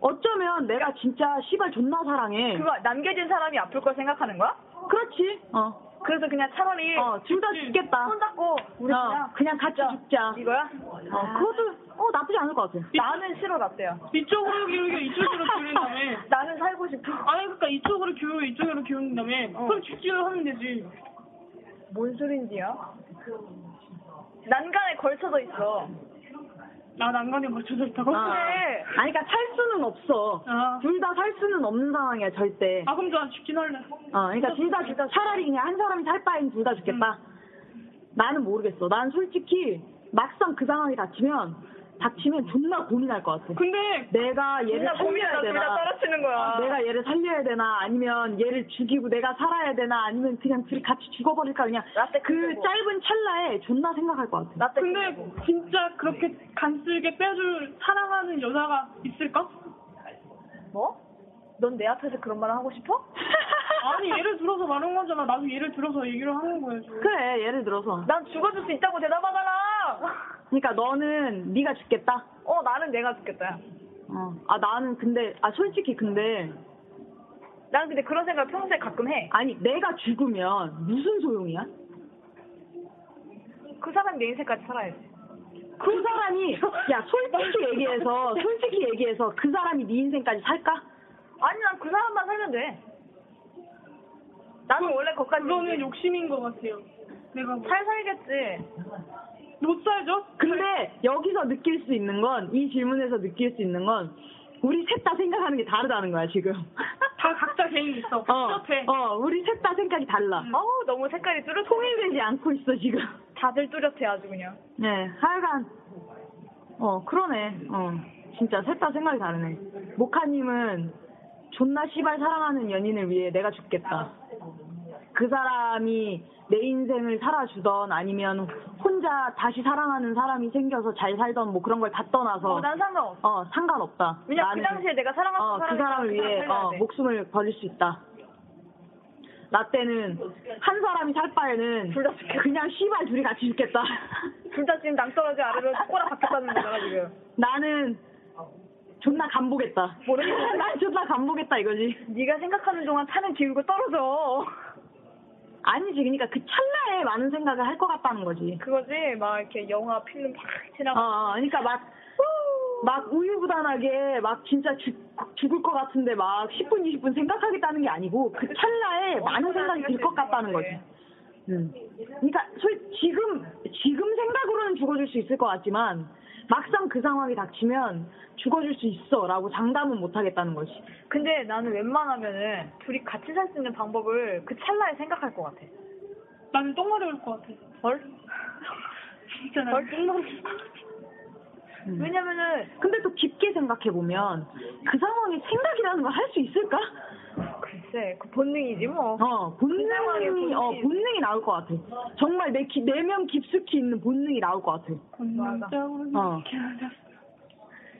어쩌면 내가 진짜 씨발 존나 사랑해. 그거 남겨진 사람이 아플 걸 생각하는 거야? 그렇지. 어. 그래서 그냥 차라리 어, 둘 다 죽겠다. 손잡고 우리 어, 그냥 그냥 같이 죽자. 이거야? 어, 그것도, 어, 나쁘지 않을 것 같아. 나는 싫어, 라떼야. 이쪽으로 기울이고 이쪽으로 기울인 다음에 나는 살고 싶어. 아니 그러니까 이쪽으로 기울이고 이쪽으로 기울인 다음에 어. 그럼 직진을 하면 되지. 뭔 소린지요? 난간에 걸쳐져 있어. 나 난간에 뭐 맞춰져 있다고? 아. 그래. 아니, 그러니까 살 수는 없어. 아. 둘 다 살 수는 없는 상황이야, 절대. 아 그럼 저 직진할래. 어, 그러니까 둘 다 죽다. 차라리 그냥 한 사람이 살 바엔 둘 다 죽겠다. 나는 모르겠어. 난 솔직히 막상 그 상황이 닥치면, 닥치면 존나 고민할 것 같아. 근데 내가 얘를 살려야 맨날 고민하다 둘다 되나? 떨어지는 거야. 내가 얘를 살려야 되나? 아니면 얘를 죽이고 내가 살아야 되나? 아니면 그냥 둘이 같이 죽어버릴까? 그냥 라떼 그 끝내고. 짧은 찰나에 존나 생각할 것 같아. 나 때문에. 근데 진짜 그렇게 간쓸게 빼줄 사랑하는 여자가 있을까? 그 뭐? 넌 내 앞에서 그런 말을 하고 싶어? 아니 예를 들어서 말한 거잖아. 나도 예를 들어서 얘기를 하는 거야 지금. 그래, 예를 들어서. 난 죽어줄 수 있다고 대답하잖아. 그러니까 너는 네가 죽겠다. 어, 나는 내가 죽겠다. 야. 어. 아 나는 근데 아 솔직히 근데 난 근데 그런 생각 평소에 가끔 해. 아니 내가 죽으면 무슨 소용이야? 그 사람 내 인생까지 살아야지. 그 사람이 야 솔직히 얘기해서 솔직히 얘기해서 그 사람이 네 인생까지 살까? 아니, 난 그 사람만 살면 돼. 나는 원래 거기까지. 그거는 욕심인 것 같아요. 내가 뭐. 잘 살겠지. 못 살죠? 근데 여기서 느낄 수 있는 건 이 질문에서 느낄 수 있는 건 우리 셋 다 생각하는 게 다르다는 거야 지금. 다 각자 개인 있어. 복잡해. 어 우리 셋 다 생각이 달라. 어우, 너무 색깔이 뚜렷해. 통일되지 않고 있어 지금. 다들 뚜렷해, 아주 그냥. 네, 하여간 어 그러네. 어 진짜 셋 다 생각이 다르네. 모카님은 존나 씨발 사랑하는 연인을 위해 내가 죽겠다. 그 사람이 내 인생을 살아주던 아니면 혼자 다시 사랑하는 사람이 생겨서 잘 살던 뭐 그런 걸 다 떠나서 어, 난 상관없어. 어 상관없다. 왜냐 나는 그 당시에 내가 사랑하는 어, 그 사람이 사람을 위해 살려야 어, 돼. 목숨을 버릴 수 있다. 나 때는 한 사람이 살 바에는 둘다 죽겠다. 그냥 씨발 둘이 같이 죽겠다. 둘 다 지금 낭떠러지 아래로 꼬라 박혔다는 거잖아 지금 나는 존나 간보겠다. 모르겠어. 난 존나 간보겠다 이거지. 네가 생각하는 동안 차는 기울고 떨어져 아니지, 그러니까 그 찰나에 많은 생각을 할 것 같다는 거지. 그거지 막 이렇게 영화 필름 팍 어, 지나가 어, 그러니까 막. 막 우유부단하게 막 진짜 죽, 죽을 것 같은데 막 10분 20분 생각하겠다는 게 아니고 그 찰나에 많은 생각이 들 것 같다는 거지. 음. 그러니까 솔 지금 지금 생각으로는 죽어줄 수 있을 것 같지만 막상 그 상황이 닥치면 죽어줄 수 있어라고 장담은 못 하겠다는 거지. 근데 나는 웬만하면은 둘이 같이 살 수 있는 방법을 그 찰나에 생각할 것 같아 나는 똥마려 올것 같아. 헐? 진짜 나 똥마려. 음. 왜냐면은 근데 또 깊게 생각해 보면 그 상황에 생각이라는 걸 할 수 있을까? 글쎄 그 본능이지 뭐 어 상황의 본능이 본능. 어 본능이 나올 것 같아. 정말 내 기- 내면 깊숙이 있는 본능이 나올 것 같아. 건너뛰어.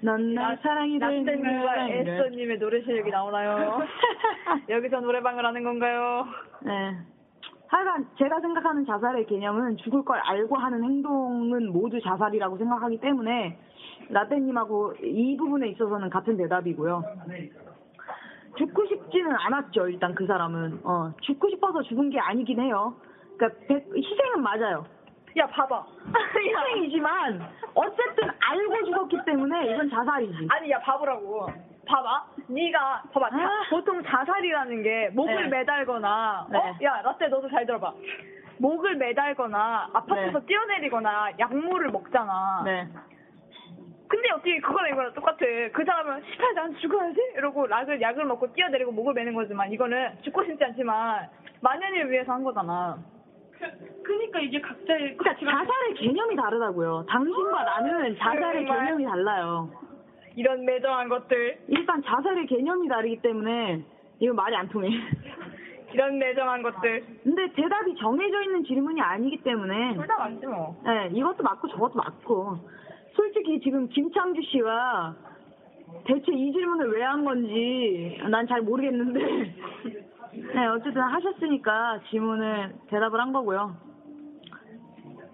넌 날 사랑이 될 나스텐과 에스터님의 노래 실력이 나오나요? 여기서 노래방을 하는 건가요? 네. 하여간 제가 생각하는 자살의 개념은 죽을 걸 알고 하는 행동은 모두 자살이라고 생각하기 때문에 라떼님하고 이 부분에 있어서는 같은 대답이고요. 죽고 싶지는 않았죠, 일단 그 사람은. 어, 죽고 싶어서 죽은 게 아니긴 해요. 그러니까 백- 희생은 맞아요. 야 봐봐. 희생이지만 어쨌든 알고 죽었기 때문에 이건 자살이지. 아니 야 바보라고 봐봐 네가 봐봐 자- 아. 보통 자살이라는 게 목을 네. 매달거나 어? 네. 야 라떼 너도 잘 들어봐 목을 매달거나 아파트에서 네. 뛰어내리거나 약물을 먹잖아 네. 근데 어떻게 그거랑 이거랑 똑같아 그 사람은 시발 난 죽어야지 이러고 약을, 약을 먹고 뛰어내리고 목을 매는 거지만 이거는 죽고 싶지 않지만 만연을 위해서 한 거잖아 그러니까 이게 각자의 그러니까 자살의 개념이 다르다고요. 당신과 나는 자살의 정말. 개념이 달라요. 이런 매정한 것들 일단 자살의 개념이 다르기 때문에 이건 말이 안 통해. 이런 매정한 것들 근데 대답이 정해져 있는 질문이 아니기 때문에 둘 다 많지 뭐 네, 이것도 맞고 저것도 맞고 솔직히 지금 김창주 씨가 대체 이 질문을 왜 한 건지 난 잘 모르겠는데 네, 어쨌든 하셨으니까 질문을 대답을 한 거고요.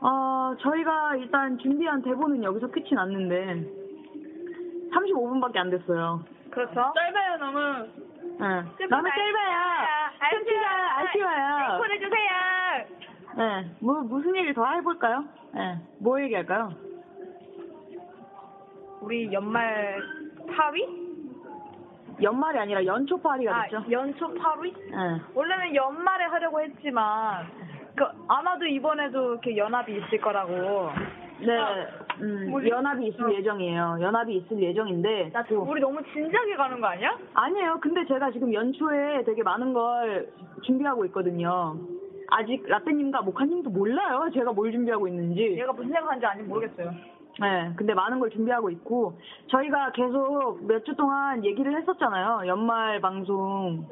어, 저희가 일단 준비한 대본은 여기서 끝이 났는데 35분밖에 안 됐어요. 그렇죠 짧아요 너무 네. 남의 셀바야. 팬티가 아쉬워요. 해주세요 네. 뭐, 무슨 얘기 더 해볼까요? 네. 뭐 얘기할까요? 우리 연말 파리? 연말이 아니라 연초 파리가 아, 됐죠. 연초 파리? 네. 원래는 연말에 하려고 했지만 그 아마도 이번에도 이렇게 연합이 있을 거라고. 아, 네, 음, 뭐지? 연합이 있을 예정이에요. 연합이 있을 예정인데. 나 지금 우리 너무 진지하게 가는 거 아니야? 아니에요. 근데 제가 지금 연초에 되게 많은 걸 준비하고 있거든요. 아직 라떼님과 모카님도 몰라요. 제가 뭘 준비하고 있는지. 얘가 무슨 생각하는지 아니 모르겠어요. 네, 근데 많은 걸 준비하고 있고, 저희가 계속 몇 주 동안 얘기를 했었잖아요. 연말 방송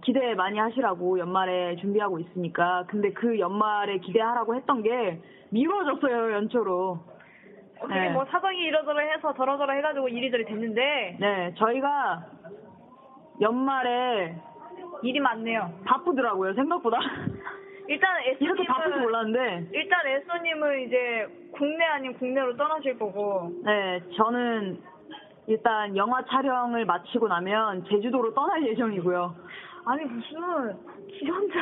기대 많이 하시라고 연말에 준비하고 있으니까. 근데 그 연말에 기대하라고 했던 게 미뤄졌어요, 연초로. 어떻게 네. 뭐 사정이 이러저러 해서 저러저러 해가지고 이리저리 됐는데 네, 저희가 연말에 일이 많네요. 바쁘더라고요, 생각보다. 일단 이렇게 바쁠 줄 에소님은 몰랐는데, 일단 에소님은 이제 국내 아닌 국내로 떠나실 거고 네, 저는 일단 영화 촬영을 마치고 나면 제주도로 떠날 예정이고요. 아니 무슨 지 혼자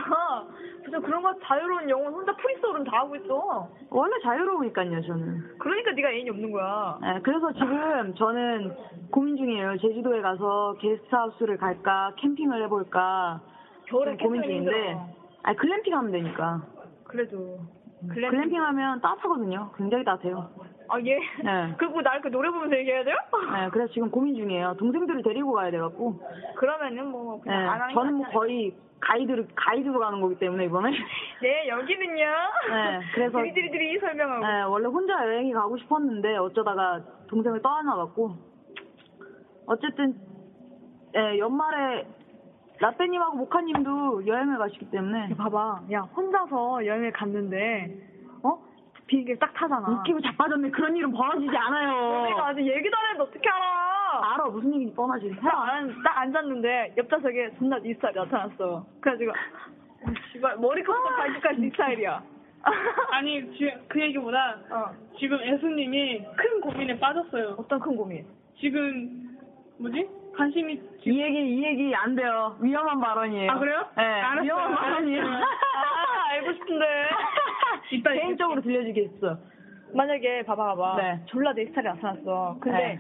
무슨 그런 거 자유로운 영혼 혼자 프리스홀은 다 하고 있어. 원래 자유로우니까요, 저는. 그러니까 네가 애인이 없는 거야. 네, 그래서 지금 저는 고민 중이에요. 제주도에 가서 게스트하우스를 갈까, 캠핑을 해볼까 겨울에 지금 고민 캠핑은 중인데, 힘들어. 아 글램핑 하면 되니까. 그래도 음. 글램. 글램핑 하면 따뜻하거든요. 굉장히 따뜻해요. 아 예. 네. 그리고 날그 노래 보면서 얘기해야 돼요? 네, 그래서 지금 고민 중이에요. 동생들을 데리고 가야 돼갖고. 그러면은 뭐 네, 그냥 안 하는 저는 게 뭐 낫지 거의 가이드로 가이드로 가는 거기 때문에 이번에 않을까? 네 여기는요. 네, 그래서- 드리드리드리 설명하고. 네, 원래 혼자 여행이 가고 싶었는데 어쩌다가 동생을 떠안아갖고 어쨌든 예, 연말에 라떼님하고 모카님도 여행을 가시기 때문에 봐봐. 야 혼자서 여행을 갔는데 어 비행기 딱 타잖아. 웃기고 자빠졌네 그런 일은 벌어지지 내가 않아요 아직 얘기도 안 했는데 어떻게 알아? 알아 무슨 얘기인지 뻔하지 딱안딱 앉았는데 옆 좌석에 존나 네 스타일 나타났어. 그래가지고 어, 씨발 머리카락부터 발끝까지 네 스타일이야. 아니 지금 그 얘기보다 어 지금 애수님이 큰 고민에 빠졌어요. 어떤 큰 고민? 지금 뭐지? 관심이 이 얘기 이 얘기 안 돼요 위험한 발언이에요 아 그래요? 네, 알았어요. 위험한 발언이에요 알았어요. 아 알고 싶은데 이따 개인적으로 들려주겠어 만약에 봐봐 봐봐 네. 졸라 내 스타일이 나타났어. 근데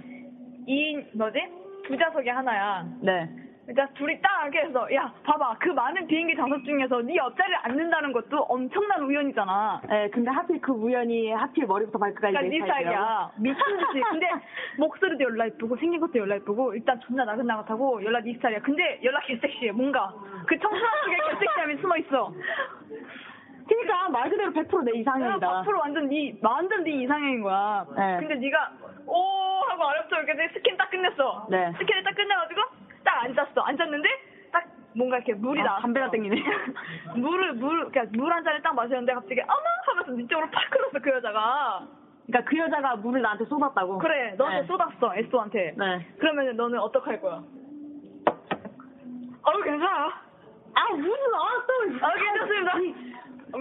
이 뭐지 두 좌석이 하나야. 네 그러니까 둘이 딱 이렇게 해서 야 봐봐 그 많은 비행기 좌석 중에서 네 옆자리를 앉는다는 것도 엄청난 우연이잖아. 예, 근데 하필 그 우연이 하필 머리부터 발끝까지 그러니까 네 스타일이야. 미친 듯이. 근데 목소리도 연락 예쁘고 생긴 것도 연락 예쁘고 일단 존나 나긋나긋하고 연락 네 스타일이야. 근데 연락 개섹시해. 뭔가 그 청순한 속에 개섹시함이 숨어 있어. 그러니까 말 그대로 100%내 이상형이다. 앞으로 완전 네 완전 네 이상형인 거야. 네. 근데 네가 오 하고 알았어. 이렇게 스킨 딱 끝냈어. 네. 스킨을 딱 끝내가지고 딱 앉았어. 앉았는데 딱 뭔가 이렇게 물이 아, 나. 담배가 땡기네. 물을 물 그러니까 물 한 잔을 딱 마셨는데 갑자기 어머 하면서 네 쪽으로 팍 흘렀어 그 여자가. 그러니까 그 여자가 물을 나한테 쏟았다고. 그래 너한테 네. 쏟았어 에스한테. 네. 그러면 너는 어떡할 거야? 아우 괜찮아. 아 무슨 아또 아 괜찮습니다. 뭐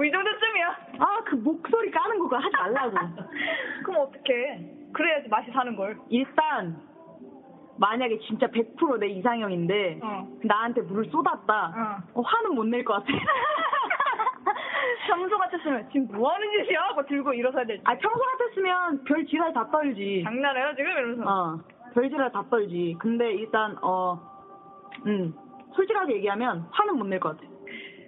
이 정도쯤이야. 아 그 목소리 까는 거 그거 하지 말라고. 그럼 어떡해. 그래야지 맛이 사는 걸. 일단 만약에 진짜 100%내 이상형인데 어. 나한테 물을 쏟았다. 어. 어, 화는 못 낼 것 같아. 평소 같았으면 지금 뭐 하는 짓이야? 하고 들고 일어서야 될지. 아 평소 같았으면 별 지랄 다 떨지. 장난해요, 지금? 이러면서. 어, 별 지랄 다 떨지. 근데 일단 어, 음, 솔직하게 얘기하면 화는 못 낼 것 같아.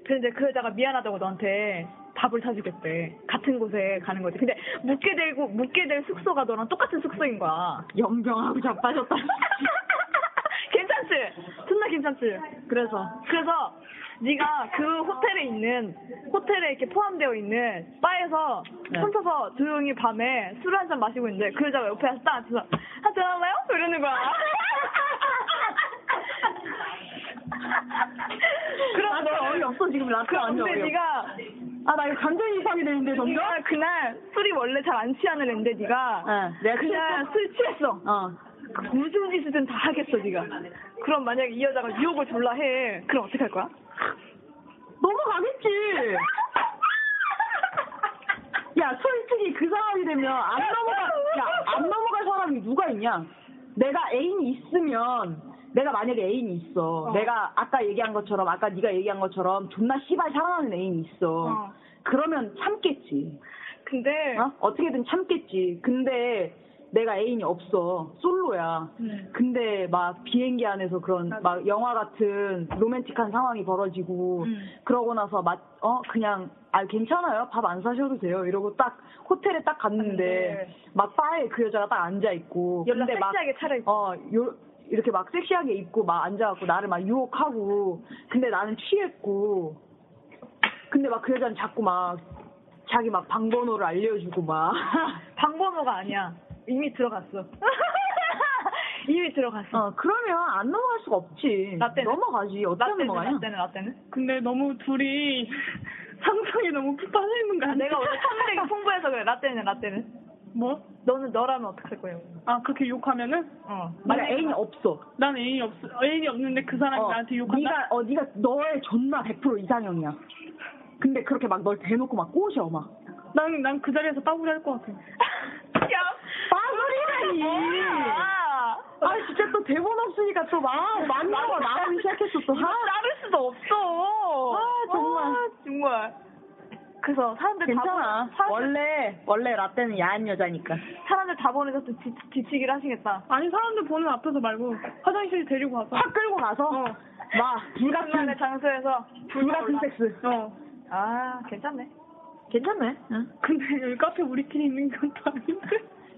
근데 그 여자가 미안하다고 너한테 밥을 사주겠대. 같은 곳에 가는 거지. 근데 묵게 되고, 묵게 될 숙소가 너랑 똑같은 숙소인 거야. 연병하고 자빠졌다. 괜찮지? 존나 괜찮지? 그래서 그래서 네가 그 호텔에 있는 호텔에 이렇게 포함되어 있는 바에서 네. 혼자서 조용히 밤에 술을 한 잔 마시고 있는데 그 여자가 옆에 와서 딱 앉아서 하지 말아요? 이러는 거야. 아, 너 어이 없어 지금 나 완전 근데 어이없어. 네가 아나 이거 그 감정 이상이 되는데 점점. 네가 그날 술이 원래 잘 안 취하는 앤데 네가 어, 내가 그날 취했어? 술 취했어. 어. 무슨 짓이든 다 하겠어 네가. 그럼 만약에 이 여자가 유혹을 졸라 해. 그럼 어떡할 거야? 넘어가겠지. 야, 솔직히 그 상황이 되면 안 넘어가, 야, 안 넘어갈 사람이 누가 있냐? 내가 애인이 있으면, 내가 만약에 애인이 있어. 내가 아까 얘기한 것처럼, 아까 네가 얘기한 것처럼 존나 씨발 사랑하는 애인이 있어. 어. 그러면 참겠지. 근데 어? 어떻게든 참겠지. 근데 내가 애인이 없어. 솔로야. 근데 막 비행기 안에서 그런 막 영화 같은 로맨틱한 상황이 벌어지고 음. 그러고 나서 막 어 그냥 아 괜찮아요. 밥 안 사셔도 돼요. 이러고 딱 호텔에 딱 갔는데 갔는데 막 바에 그 여자가 딱 앉아 있고 네. 연락 섹시하게 차려입고. 막어요 이렇게 막 섹시하게 입고 막 앉아갖고 나를 막 유혹하고 근데 나는 취했고 근데 막 그 여자는 자꾸 막 자기 막 방번호를 알려주고 막 방번호가 아니야. 이미 들어갔어. 이미 들어갔어. 어, 그러면 안 넘어갈 수가 없지. 나 때는? 넘어가지. 어떻게 라떼는 넘어가냐? 라떼는 라떼는. 근데 너무 둘이 상상이 너무 푹 빠져있는 거 아니야? 내가 원래 창의력이 풍부해서 그래. 라떼는 라떼는. 뭐? 너는 너라면 어떡할 거예요? 아 그렇게 욕하면은? 어. 만약 애인이 없어. 난 애인이 없어 애인이 없는데 그 사람이 어, 나한테 욕한다? 네가 어 네가 너의 존나 100% 이상형이야. 근데 그렇게 막 널 대놓고 막 꼬셔 막. 난, 난 그 자리에서 빠구리 할 것 같아 야. 빠소리라니. 아. 아 진짜 또 대본 없으니까 또막 만나고 나가기 시작했어 또. 이거 아, 자를 수도 없어. 아, 정말. 아, 정말. 그래서 사람들 다 괜찮아. 보는, 사람들, 원래 원래 라떼는 야한 여자니까. 사람들 다 보는 것도 지, 지치기를 하시겠다. 아니 사람들 보는 앞에서 말고 화장실 데리고 와서 확 끌고 가서 어. 막 불같은 중간의 장소에서 불같은 섹스. 어 아 괜찮네. 괜찮네. 응. 근데 여기 카페 우리끼리 있는 것도 아닌데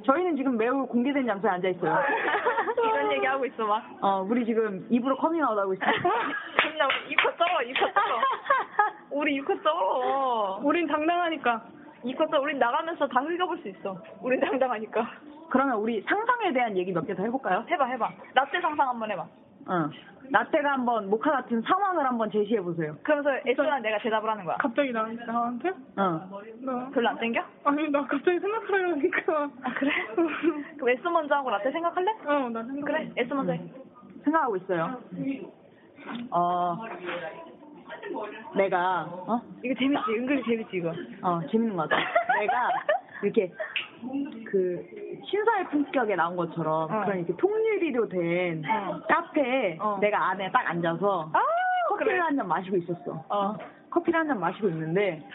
저희는 지금 매우 공개된 장소에 앉아 있어요. 이런 얘기 하고 있어 막. 어, 우리 지금 입으로 커밍아웃 하고 있어. 겁나 이코 쩔어 이코 쩔어 우리 이코 쩔어 우린 당당하니까 이코 쩔어 우린 나가면서 다 긁어볼 수 있어 우린 당당하니까 그러면 우리 상상에 대한 얘기 몇 개 더 해볼까요? 해봐 해봐 라떼 상상 한번 해봐 어. 라떼가 한번 모카 같은 상황을 한번 제시해 보세요. 그러면서 애초랑 내가 대답을 하는 거야 갑자기 나, 나한테? 어. 나 별로 안 땡겨? 아니 나 갑자기 생각하려니까 아 그래? 그럼 애써 먼저 하고 라떼 생각할래? 어나 생각 그래 애써 먼저 해 생각하고 있어요. 어. 내가 어? 이거 재밌지 은근히 재밌지 이거 어, 재밌는 것 같아. 내가 이렇게 그 신사의 품격에 나온 것처럼 어. 그런 이렇게 통유리로 된 카페에 어. 내가 안에 딱 앉아서 아 커피를 그래 한 잔 마시고 있었어. 어 커피를 한 잔 마시고 있는데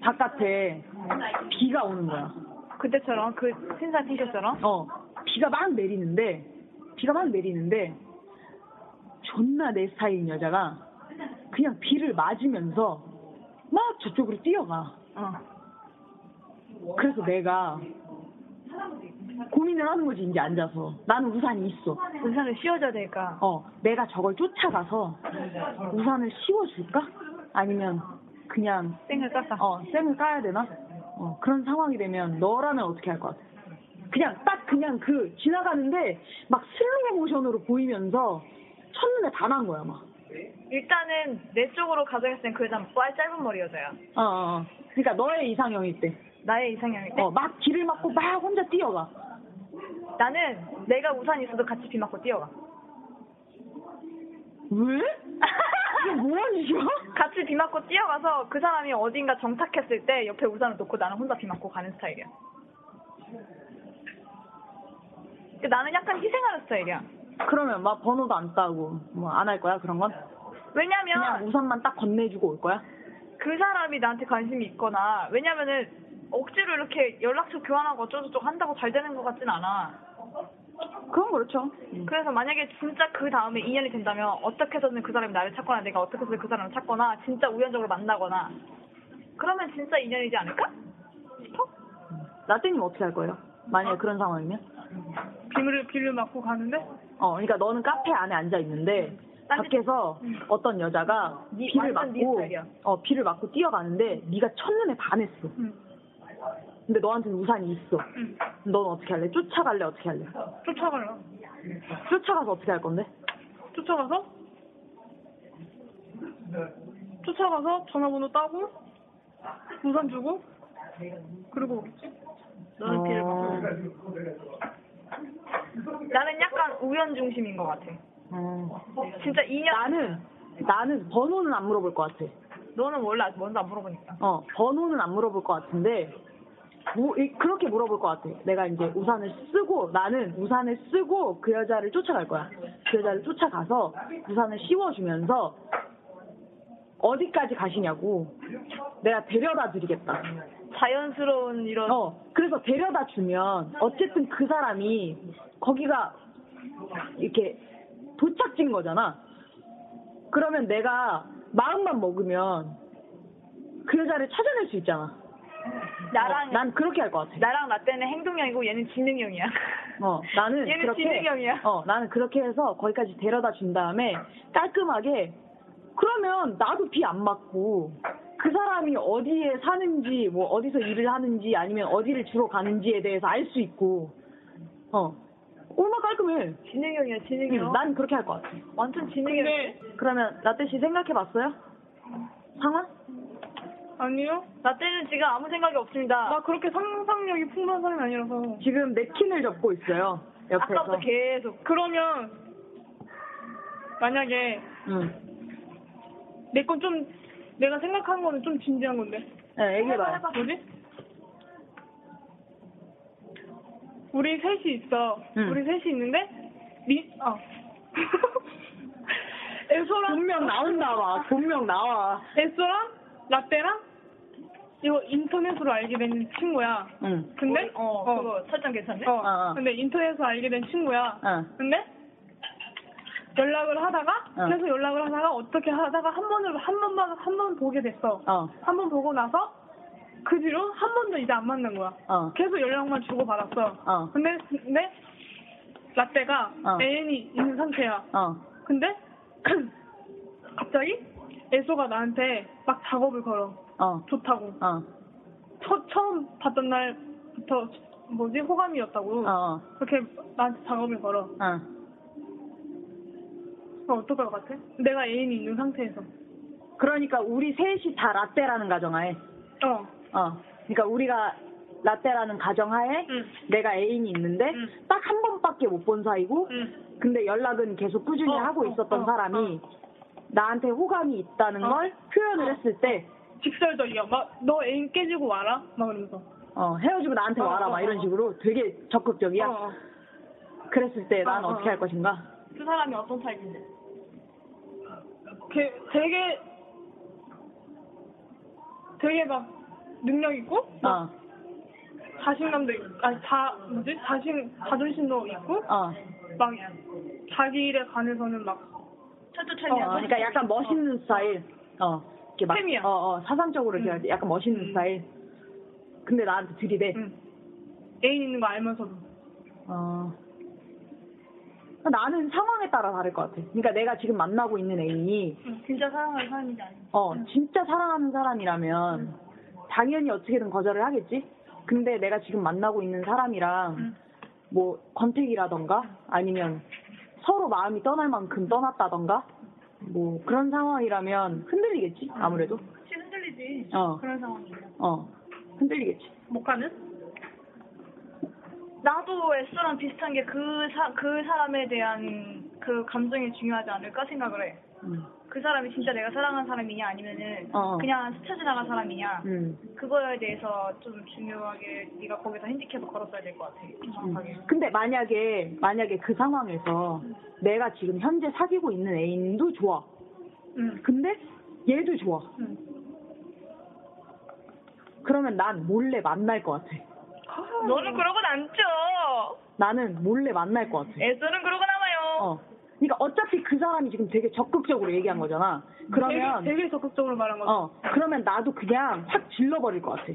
바깥에 비가 오는 거야. 그때처럼 그 신사 티셔츠처럼 어, 비가 막 내리는데 비가 막 내리는데 존나 내 스타일인 여자가 그냥 비를 맞으면서 막 저쪽으로 뛰어가. 어 그래서 내가 고민을 하는 거지 이제 앉아서. 나는 우산이 있어. 의상을 씌워줘야 되니까 어, 내가 저걸 쫓아가서 우산을 씌워줄까? 아니면 그냥 땡을 깠다 어, 쌤을 까야 되나? 어, 그런 상황이 되면 너라면 어떻게 할 것 같아? 그냥 딱 그냥 그 지나가는데 막 슬로우 모션으로 보이면서 첫눈에 반한 거야, 막. 일단은 내 쪽으로 가져갔을 땐그 여자는 빨 짧은 머리 여자야 어, 어, 어. 그러니까 너의 이상형일 때. 나의 이상형일 때 어, 막 길을 막고 막 혼자 뛰어가. 나는 내가 우산 있어도 같이 비 맞고 뛰어가. 왜? 뭐하시죠? 같이 비 맞고 뛰어가서 그 사람이 어딘가 정착했을 때 옆에 우산을 놓고 나는 혼자 비 맞고 가는 스타일이야. 그 나는 약간 희생하는 스타일이야. 그러면 막 번호도 안 따고 뭐 안 할 거야 그런 건? 그냥 뭐- 왜냐면 우산만 딱 건네주고 올 거야? 그 사람이 나한테 관심이 있거나 왜냐면은 억지로 이렇게 연락처 교환하고 어쩌고저쩌고 한다고 잘 되는 것 같진 않아. 그건 그렇죠. 음. 그래서 만약에 진짜 그 다음에 인연이 된다면 어떻게 해서든 그 사람이 나를 찾거나 내가 어떻게 해서든 그 사람을 찾거나 진짜 우연적으로 만나거나 그러면 진짜 인연이지 않을까? 싶어? 라떼님 어떻게 할 거예요? 만약에 그런 상황이면? 비를 비를 맞고 가는데 어, 그러니까 너는 카페 안에 앉아 있는데 난 밖에서 어떤 여자가 음. 니- 비를 완전 니 맞고 스타일이야. 음. 어 비를 맞고 뛰어가는데 네가 첫눈에 반했어. 근데 너한테는 우산이 있어. 음. 응. 넌 어떻게 할래? 쫓아갈래? 어떻게 할래? 쫓아가요. 쫓아가서 어떻게 할 건데? 쫓아가서 쫓아가서 전화번호 따고 우산 주고 그리고 오겠지. 어. 너는 비를 맞고. 나는 약간 우연 중심인 것 같아. 음. 진짜 인연. 나는 나는 번호는 안 물어볼 것 같아. 너는 원래 아직 먼저 안 물어보니까. 어, 번호는 안 물어볼 것 같은데, 뭐, 이- 그렇게 물어볼 것 같아. 내가 이제 우산을 쓰고, 나는 우산을 쓰고 그 여자를 쫓아갈 거야. 그 여자를 쫓아가서 우산을 씌워주면서 어디까지 가시냐고 내가 데려다 드리겠다. 자연스러운 이런. 어, 그래서 데려다 주면 어쨌든 그 사람이 거기가 이렇게 도착지인 거잖아. 그러면 내가 마음만 먹으면 그 여자를 찾아낼 수 있잖아. 나랑 난 그렇게 할 것 같아. 나랑 나 때는 행동형이고 얘는 지능형이야. 어, 나는 얘는 그렇게 지능형이야. 어, 나는 그렇게 해서 거기까지 데려다 준 다음에 깔끔하게 그러면 나도 비 안 맞고 그 사람이 어디에 사는지 뭐 어디서 일을 하는지 아니면 어디를 주로 가는지에 대해서 알 수 있고 어 얼마 깔끔해 지능형이야, 지능형. 음, 응, 난 그렇게 할 것 같아 완전 지능형. 근데 그러면 라떼 씨 생각해 봤어요 상황 아니요. 나 때는 지금 아무 생각이 없습니다. 나 그렇게 상상력이 풍부한 사람이 아니라서. 지금 네킨을 접고 있어요 옆에서 아까부터 어? 계속. 그러면 만약에 응 내 건 좀 내가 생각한 거는 좀 진지한 건데. 네, 얘기해 봐요 뭐지? 우리 셋이 있어. 응. 우리 셋이 있는데 미 어. 에소랑 본명 나온다 와 본명 나와 에소랑 라떼랑 이거 인터넷으로 알게 된 친구야. 응 근데 어, 그거 설정 괜찮네? 어. 어, 어. 근데 인터넷에서 알게 된 친구야. 어. 근데 연락을 하다가 어. 그래서 연락을 하다가 어떻게 하다가 한 번을 한 번만 한 번 보게 됐어. 어. 한 번 보고 나서 그 뒤로 한 번도 이제 안 만난 거야. 어. 계속 연락만 주고 받았어. 어. 근데 근데 라떼가 어. 애인이 있는 상태야. 어. 근데 갑자기 애소가 나한테 막 작업을 걸어. 어. 좋다고. 어. 처, 처음 봤던 날부터 뭐지 호감이었다고 어. 그렇게 나한테 작업을 걸어 어. 그럼 어떨 것 같아? 내가 애인이 있는 상태에서 그러니까 우리 셋이 다 라떼라는 가정하에. 어 어. 그러니까 우리가 라떼라는 가정하에 응. 내가 애인이 있는데 응. 딱 한 번밖에 못 본 사이고 응. 근데 연락은 계속 꾸준히 어, 하고 어, 있었던 어, 사람이 나한테 호감이 있다는 어. 걸 표현을 어. 했을 때 직설적이야 막 너 애인 깨지고 와라 막 이러면서 어, 헤어지고 나한테 어, 와라 어, 막 이런 어. 식으로 되게 적극적이야. 어, 어. 그랬을 때 난 어, 어. 어, 떻게할 것인가? 그 사람이 어떤 타입인데? 걔 되게 되게 막 능력 있고 막 어. 자신감도 있고 아니 자 뭐지 자신 자존심도 있고 어. 막 자기 일에 관해서는 막 철저철미한 어, 그러니까 약간 멋있는 스타일. 어. 이렇게 막, 템이야. 어, 어, 사상적으로 이렇게 할때 약간 멋있는 스타일. 근데 나한테 들이대. 애인 있는 거 알면서도 어. 그러니까 나는 상황에 따라 다를 것 같아. 그러니까 내가 지금 만나고 있는 애인이, 진짜 사랑하는 사람인지 아닌지. 어, 진짜 사랑하는 사람이라면, 당연히 어떻게든 거절을 하겠지? 근데 내가 지금 만나고 있는 사람이랑, 뭐, 권태기라던가, 아니면 서로 마음이 떠날 만큼 떠났다던가, 뭐, 그런 상황이라면 흔들리겠지? 아무래도. 혹시 흔들리지. 어. 그런 상황이면. 어, 흔들리겠지. 못 가는 나도 애써랑 비슷한 게 그 사, 그 사람에 대한 그 감정이 중요하지 않을까 생각을 해. 그 사람이 진짜 내가 사랑하는 사람이냐 아니면은 음. 어. 그냥 스쳐 지나간 사람이냐 음. 그거에 대해서 좀 중요하게 네가 거기서 핸디캡을 걸었어야 될 것 같아 음. 정확하게 근데 만약에 만약에 그 상황에서 내가 지금 현재 사귀고 있는 애인도 좋아. 음. 근데 얘도 좋아. 그러면 난 몰래 만날 것 같아. 너는 그러고 남죠 나는 몰래 만날 것 음. 같아. 애써는 그러고 남아요 어. 그러니까 어차피 그 사람이 지금 되게 적극적으로 얘기한 거잖아. 그러면 되게, 되게 적극적으로 말한 거죠. 어 그러면 나도 그냥 확 질러버릴 것 같아.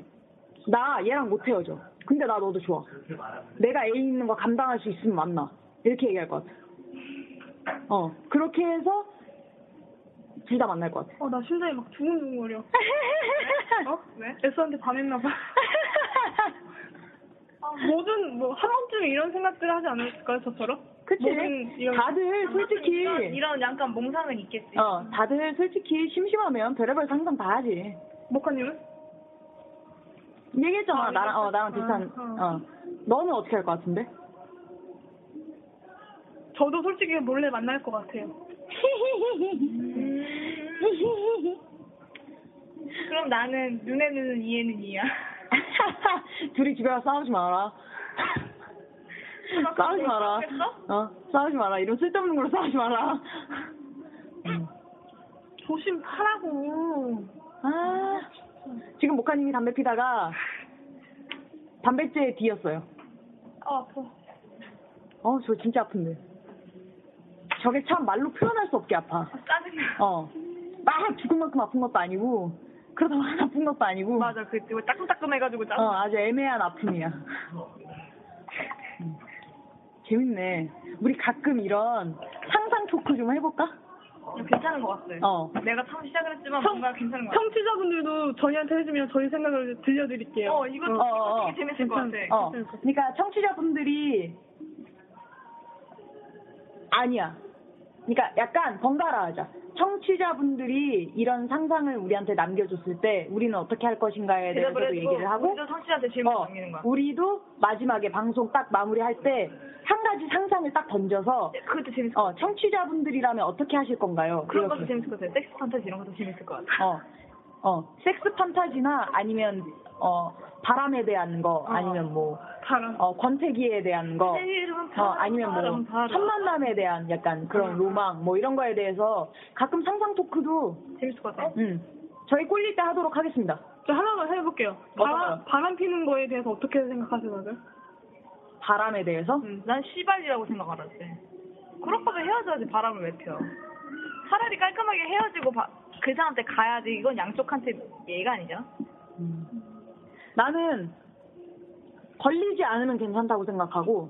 나 얘랑 못 헤어져. 근데 나 너도 좋아. 내가 애인 있는 거 감당할 수 있으면 만나. 이렇게 얘기할 것 같아. 어 그렇게 해서 둘 다 만날 것 같아. 어, 나 심장이 막 두근두근거려. 어? 왜? 애써한테 반했나봐. 뭐든, 뭐, 한 번쯤 이런 생각들을 하지 않을까요, 저처럼? 그치? 뭐든 이런- 다들 솔직히 이런, 이런 약간 몽상은 있겠지 어 다들 솔직히 심심하면 별의별 상상 다 하지. 목카님은? 얘기했잖아. 아, 나랑 어 나랑 비슷한. 어, 어, 너는 어떻게 할 것 같은데? 저도 솔직히 몰래 만날 것 같아요. 그럼 나는 눈에는 이해는 이해야 둘이 집에 가 싸우지 마라. 아, 싸우지 마라. 어, 싸우지 마라. 이런 쓸데없는 걸로 싸우지 마라. 조심하라고. 아, 지금 목사님이 담배 피다가 담배째 뒤였어요. 아, 아파. 어, 저 진짜 아픈데. 저게 참 말로 표현할 수 없게 아파. 짜증나 어, 막 죽을 만큼 아픈 것도 아니고 그러다 막 아픈 것도 아니고. 맞아 그 이거 따끔따끔해가지고 짜 어, 아주 애매한 아픔이야. 음. 재밌네. 우리 가끔 이런 상상 토크 좀 해볼까? 괜찮은 것 같아 어. 내가 처음 시작을 했지만 청- 뭔가 괜찮은 것 같아 청취자분들도 저희한테 해주면 저희 생각을 들려드릴게요. 어 이거 어, 어, 어. 되게 재밌을 것 같아 어. 그러니까 청취자분들이 아니야. 그러니까 약간 번갈아 하자. 청취자분들이 이런 상상을 우리한테 남겨줬을 때 우리는 어떻게 할 것인가에 대해서 대답을 해주고 얘기를 하고 우리도 청취자한테 질문 어, 남기는 거야 우리도 마지막에 방송 딱 마무리할 때 한 가지 상상을 딱 던져서 그것도 재밌을 것 같아 어, 청취자분들이라면 어떻게 하실 건가요? 그런 이렇게. 것도 재밌을 것 같아 섹스 판타지 이런 것도 재밌을 것 같아 어, 어, 섹스 판타지나 아니면 어 바람에 대한 어. 거, 아니면 뭐 바람. 어, 권태기에 대한 거, 내 이름은 어, 네, 바람, 아니면 바람, 음. 뭐 바람. 첫 만남에 대한 약간 그런 로망 뭐 이런 거에 대해서 가끔 상상 토크도 재밌을 것 같아 음, 저희 꿀릴 때 하도록 하겠습니다. 저 하나만 해볼게요. 어떤가요? 아. 바람, 바람 피는 거에 대해서 어떻게 생각하시나요? 바람에 대해서 음, 난 씨발이라고 생각 안 하지 그럴 거면 헤어져야지 바람을 왜 펴? 차라리 깔끔하게 헤어지고 바- 그 사람한테 가야지 이건 양쪽한테 예의가 아니잖아 나는 걸리지 않으면 괜찮다고 생각하고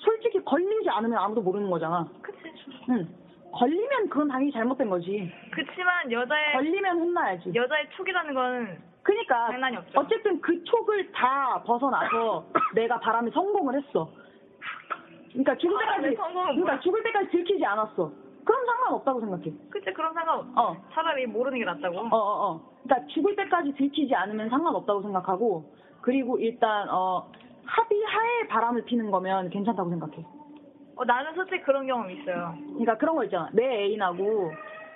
솔직히 걸리지 않으면 아무도 모르는 거잖아. 그치 응. 걸리면 그건 당연히 잘못된 거지. 그치만 여자의 걸리면 혼나야지. 네. 여자의 촉이라는 건 그러니까 장난이 없죠. 어쨌든 그 촉을 다 벗어나서 내가 바람에 성공을 했어. 그러니까 죽을 바람에 때까지 성공은 그러니까 뭐야? 죽을 때까지 들키지 않았어. 그럼 상관없다고 생각해. 그치 그런 상관 어. 차라리 모르는 게 낫다고 어, 어, 어. 그러니까 죽을 때까지 들키지 않으면 상관없다고 생각하고 그리고 일단 어 합의하에 바람을 피는 거면 괜찮다고 생각해. 어, 나는 솔직히 그런 경험 있어요 그러니까 그런 거 있잖아. 내 애인하고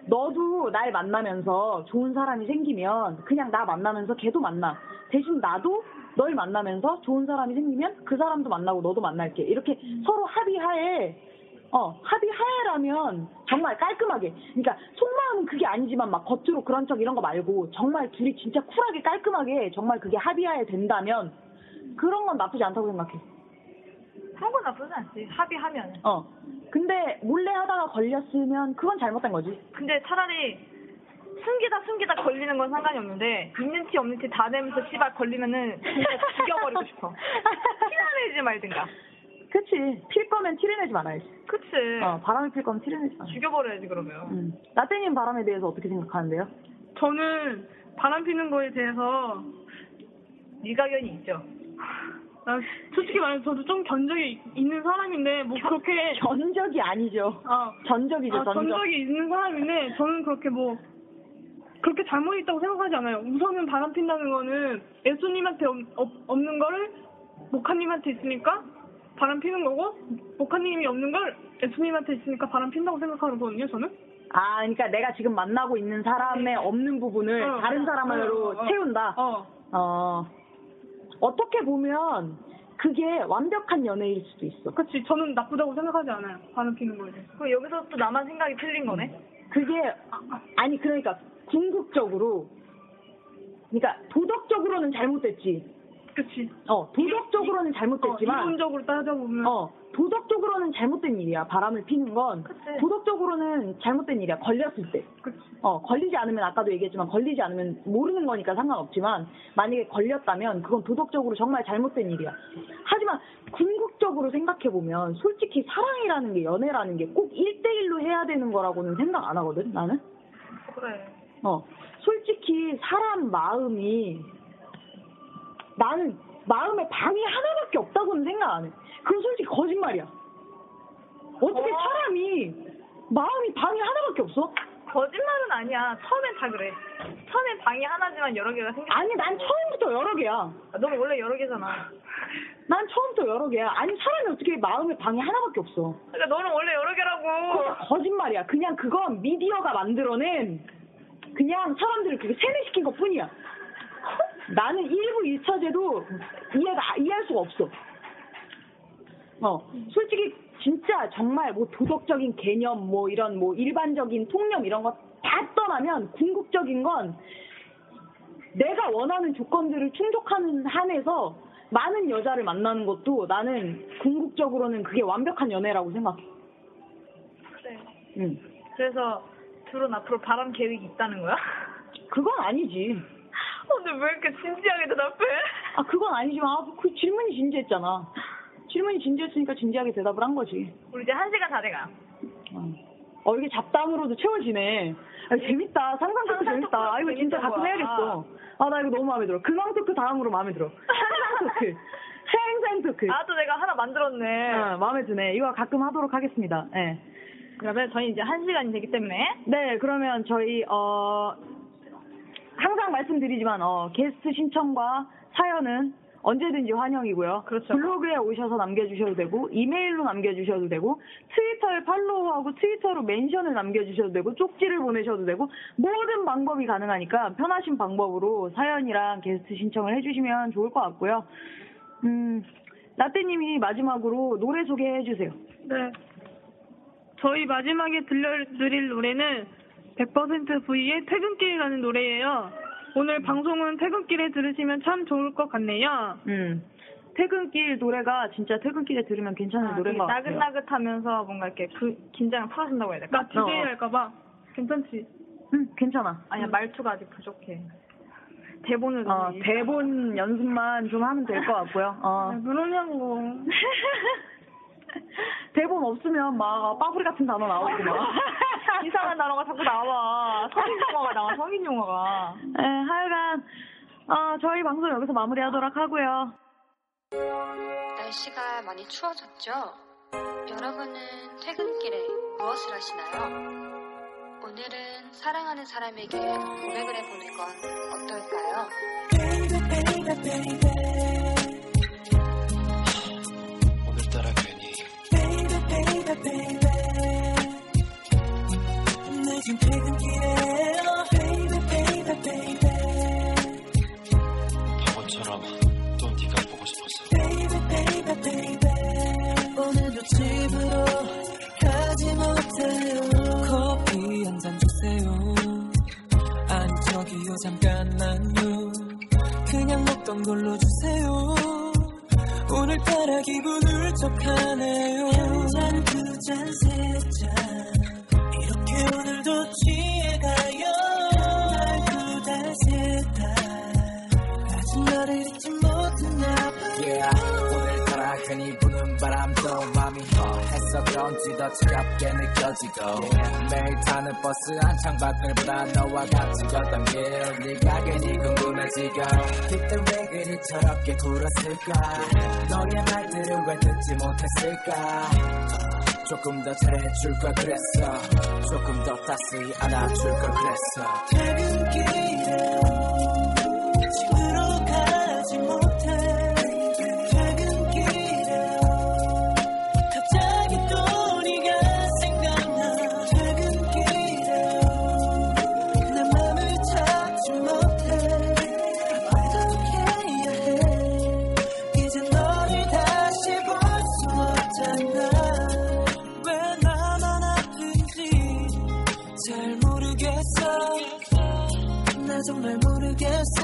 너도 날 만나면서 좋은 사람이 생기면 그냥 나 만나면서 걔도 만나. 대신 나도 널 만나면서 좋은 사람이 생기면 그 사람도 만나고 너도 만날게. 이렇게 서로 합의하에 어 합의하에라면 정말 깔끔하게. 그러니까 속마음은 그게 아니지만 막 겉으로 그런 척 이런 거 말고 정말 둘이 진짜 쿨하게 깔끔하게 정말 그게 합의하에 된다면 그런 건 나쁘지 않다고 생각해. 그런 건 나쁘지 않지 합의하면 어. 근데 몰래 하다가 걸렸으면 그건 잘못된 거지. 근데 차라리 숨기다 숨기다 걸리는 건 상관이 없는데 있는 티 없는 티 다 내면서 씨발 걸리면은 진짜 죽여버리고 싶어 티나 내지 말든가 그치. 필 거면 티를 내지 말아야지. 그치 어, 바람이 필 거면 티를 내지 말아야지. 죽여버려야지 그러면 음. 나땡님 바람에 대해서 어떻게 생각하는데요? 저는 바람 피는 거에 대해서 일가견이 있죠 아, 솔직히 말해서 저도 좀 견적이 있- 있는 사람인데 뭐 그렇게 전적이 아니죠. 아, 전적이죠, 아, 전적. 전적이 있는 사람인데 저는 그렇게 뭐 그렇게 잘못 있다고 생각하지 않아요. 우선은 바람 핀다는 거는 예수님한테 없, 없- 없는 거를 목사님한테 있으니까 바람 피는 거고 목사님이 없는 걸 예수님한테 있으니까 바람 핀다고 생각하거든요. 저는 아, 그러니까 내가 지금 만나고 있는 사람의 없는 부분을 어, 다른 사람으로 어, 어, 어. 채운다. 어. 어, 어떻게 보면 그게 완벽한 연애일 수도 있어. 그치. 저는 나쁘다고 생각하지 않아요. 바람 피는 거에 대해서. 그럼 여기서 또 나만 생각이 틀린 거네? 그게 아니 그러니까 궁극적으로 그러니까 도덕적으로는 잘못됐지. 그치. 어, 도덕적으로는 어, 잘못됐지만 이론적으로 따져보면. 어, 도덕적으로는 잘못된 일이야. 바람을 피는 건 도덕적으로는 잘못된 일이야. 걸렸을 때. 그치. 어, 걸리지 않으면 아까도 얘기했지만 걸리지 않으면 모르는 거니까 상관없지만 만약에 걸렸다면 그건 도덕적으로 정말 잘못된 일이야. 하지만 궁극적으로 생각해 보면 솔직히 사랑이라는 게 연애라는 게 꼭 1대1로 해야 되는 거라고는 생각 안 하거든. 나는. 그래. 어, 솔직히 사람 마음이 나는 마음에 방이 하나밖에 없다고는 생각 안 해. 그건 솔직히 거짓말이야. 어떻게 사람이 마음이 방이 하나밖에 없어? 거짓말은 아니야. 처음엔 다 그래. 처음엔 방이 하나지만 여러 개가 생겼 아니 난 처음부터 여러 개야. 아, 넌 원래 여러 개잖아. 난 처음부터 여러 개야. 아니 사람이 어떻게 마음에 방이 하나밖에 없어? 그러니까 너는 원래 여러 개라고. 그건 거짓말이야. 그냥 그건 미디어가 만들어낸 그냥 사람들을 그렇게 세뇌시킨 것 뿐이야. 나는 일부 일처제도 이해가 이해할 수가 없어. 어, 솔직히 진짜 정말 뭐 도덕적인 개념 뭐 이런 뭐 일반적인 통념 이런 거 다 떠나면 궁극적인 건 내가 원하는 조건들을 충족하는 한에서 많은 여자를 만나는 것도 나는 궁극적으로는 그게 완벽한 연애라고 생각해. 그래. 응. 네. 그래서 둘은 앞으로 바람 계획이 있다는 거야? 아, 그건 아니지. 근데 왜 이렇게 진지하게 대답해? 아, 그건 아니지만, 아, 그 질문이 진지했잖아. 질문이 진지했으니까 진지하게 대답을 한 거지. 우리 이제 한 시간 다 돼가. 네. 어, 어, 이게 잡담으로도 채워지네. 아, 재밌다. 상상 토크 상상 토크 재밌다. 아, 이거 진짜 재밌는 가끔 거야. 해야겠어. 아, 나 이거 너무 마음에 들어. 근황 토크 다음으로 마음에 들어. 상상 토크. 생생 토크. 아, 또 내가 하나 만들었네. 아. 어, 마음에 드네. 이거 가끔 하도록 하겠습니다. 예. 그러면 저희 이제 한 시간이 되기 때문에. 네, 그러면 저희 어 항상 말씀드리지만 어 게스트 신청과 사연은 언제든지 환영이고요. 그렇죠. 블로그에 오셔서 남겨주셔도 되고 이메일로 남겨주셔도 되고 트위터에 팔로우하고 트위터로 멘션을 남겨주셔도 되고 쪽지를 보내셔도 되고 모든 방법이 가능하니까 편하신 방법으로 사연이랑 게스트 신청을 해주시면 좋을 것 같고요. 음 라떼님이 마지막으로 노래 소개해 주세요. 네. 저희 마지막에 들려드릴 노래는 100% V의 퇴근길이라는 노래예요. 오늘 방송은 퇴근길에 들으시면 참 좋을 것 같네요. 음. 퇴근길 노래가 진짜 퇴근길에 들으면 괜찮은 아, 노래인 되게 것 같아요. 나긋나긋하면서 뭔가 이렇게 그 긴장을 풀어준다고 해야 나 될까? DJ 할까봐. 괜찮지? 응, 음, 괜찮아. 아니야 말투가 아직 부족해. 대본을 너무 어, 읽- 대본 연습만 좀 하면 될 것 같고요. 어. 아, 그러냐고. 뭐? 대본 없으면 막 어, 빠구리 같은 단어 나오고 막. 이상한 단어가 자꾸 나와. 성인 용어가 나와. 성인 용어가. 네, 하여간 어, 저희 방송 여기서 마무리하도록 하고요. 날씨가 많이 추워졌죠? 여러분은 퇴근길에 무엇을 하시나요? 오늘은 사랑하는 사람에게 고백을 해보는 건 어떨까요? 오늘따라 괜히 늦은 퇴근길에 oh, baby baby baby 바보처럼 또 네가 보고 싶어서 baby baby 오늘도 집으로 가지 못해요 커피 한 잔 주세요 아니 저기요 잠깐만요 그냥 먹던 걸로 주세요 오늘따라 기분 울적하네요 한잔두잔세잔 이렇게 오늘도 취해가요 한달두달세달 아직 너를 잊지 못한 나쁜 오늘따라 흔히 부는 바람도 마음이 허해서 그런지 더 차갑게 느껴지고 매일 타는 버스 한창 밖을보다 너와 같이 걷던 길 네가 괜히 궁금해지고 그때 왜 그리 철없게 굴었을까 너의 말들을 왜 듣지 못했을까 조금 더 잘해줄 걸 그랬어 조금 더 따스히 안아줄 걸 그랬어 퇴근길에 집으로 가지 못해 퇴근길에 갑자기 또 네가 생각나 퇴근길에 모르겠어 나 정말 모르겠어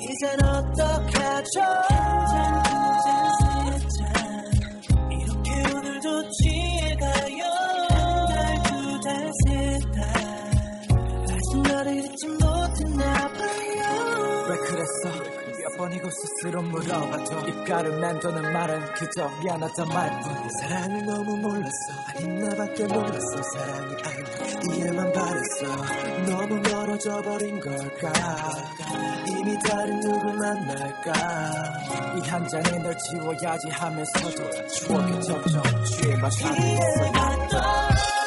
이젠 어떡하죠 이렇게 오늘도 취해가요 한달두달세달 아직 너를 잊지 못했나 봐요 왜 그랬어? 몇 번이고 스스로 물어봐도 입가를 맴도는 말은 그저 미안하단 말뿐 사랑을 너무 몰랐어 아닌 나밖에 몰랐어 사랑이 아닌 이해만 바랬어 너무 멀어져 버린 걸까 이미 다른 누굴 만날까 이 한 잔에 널 지워야지 하면서도 추억에 점점 취해 마시고 있어 이해가 또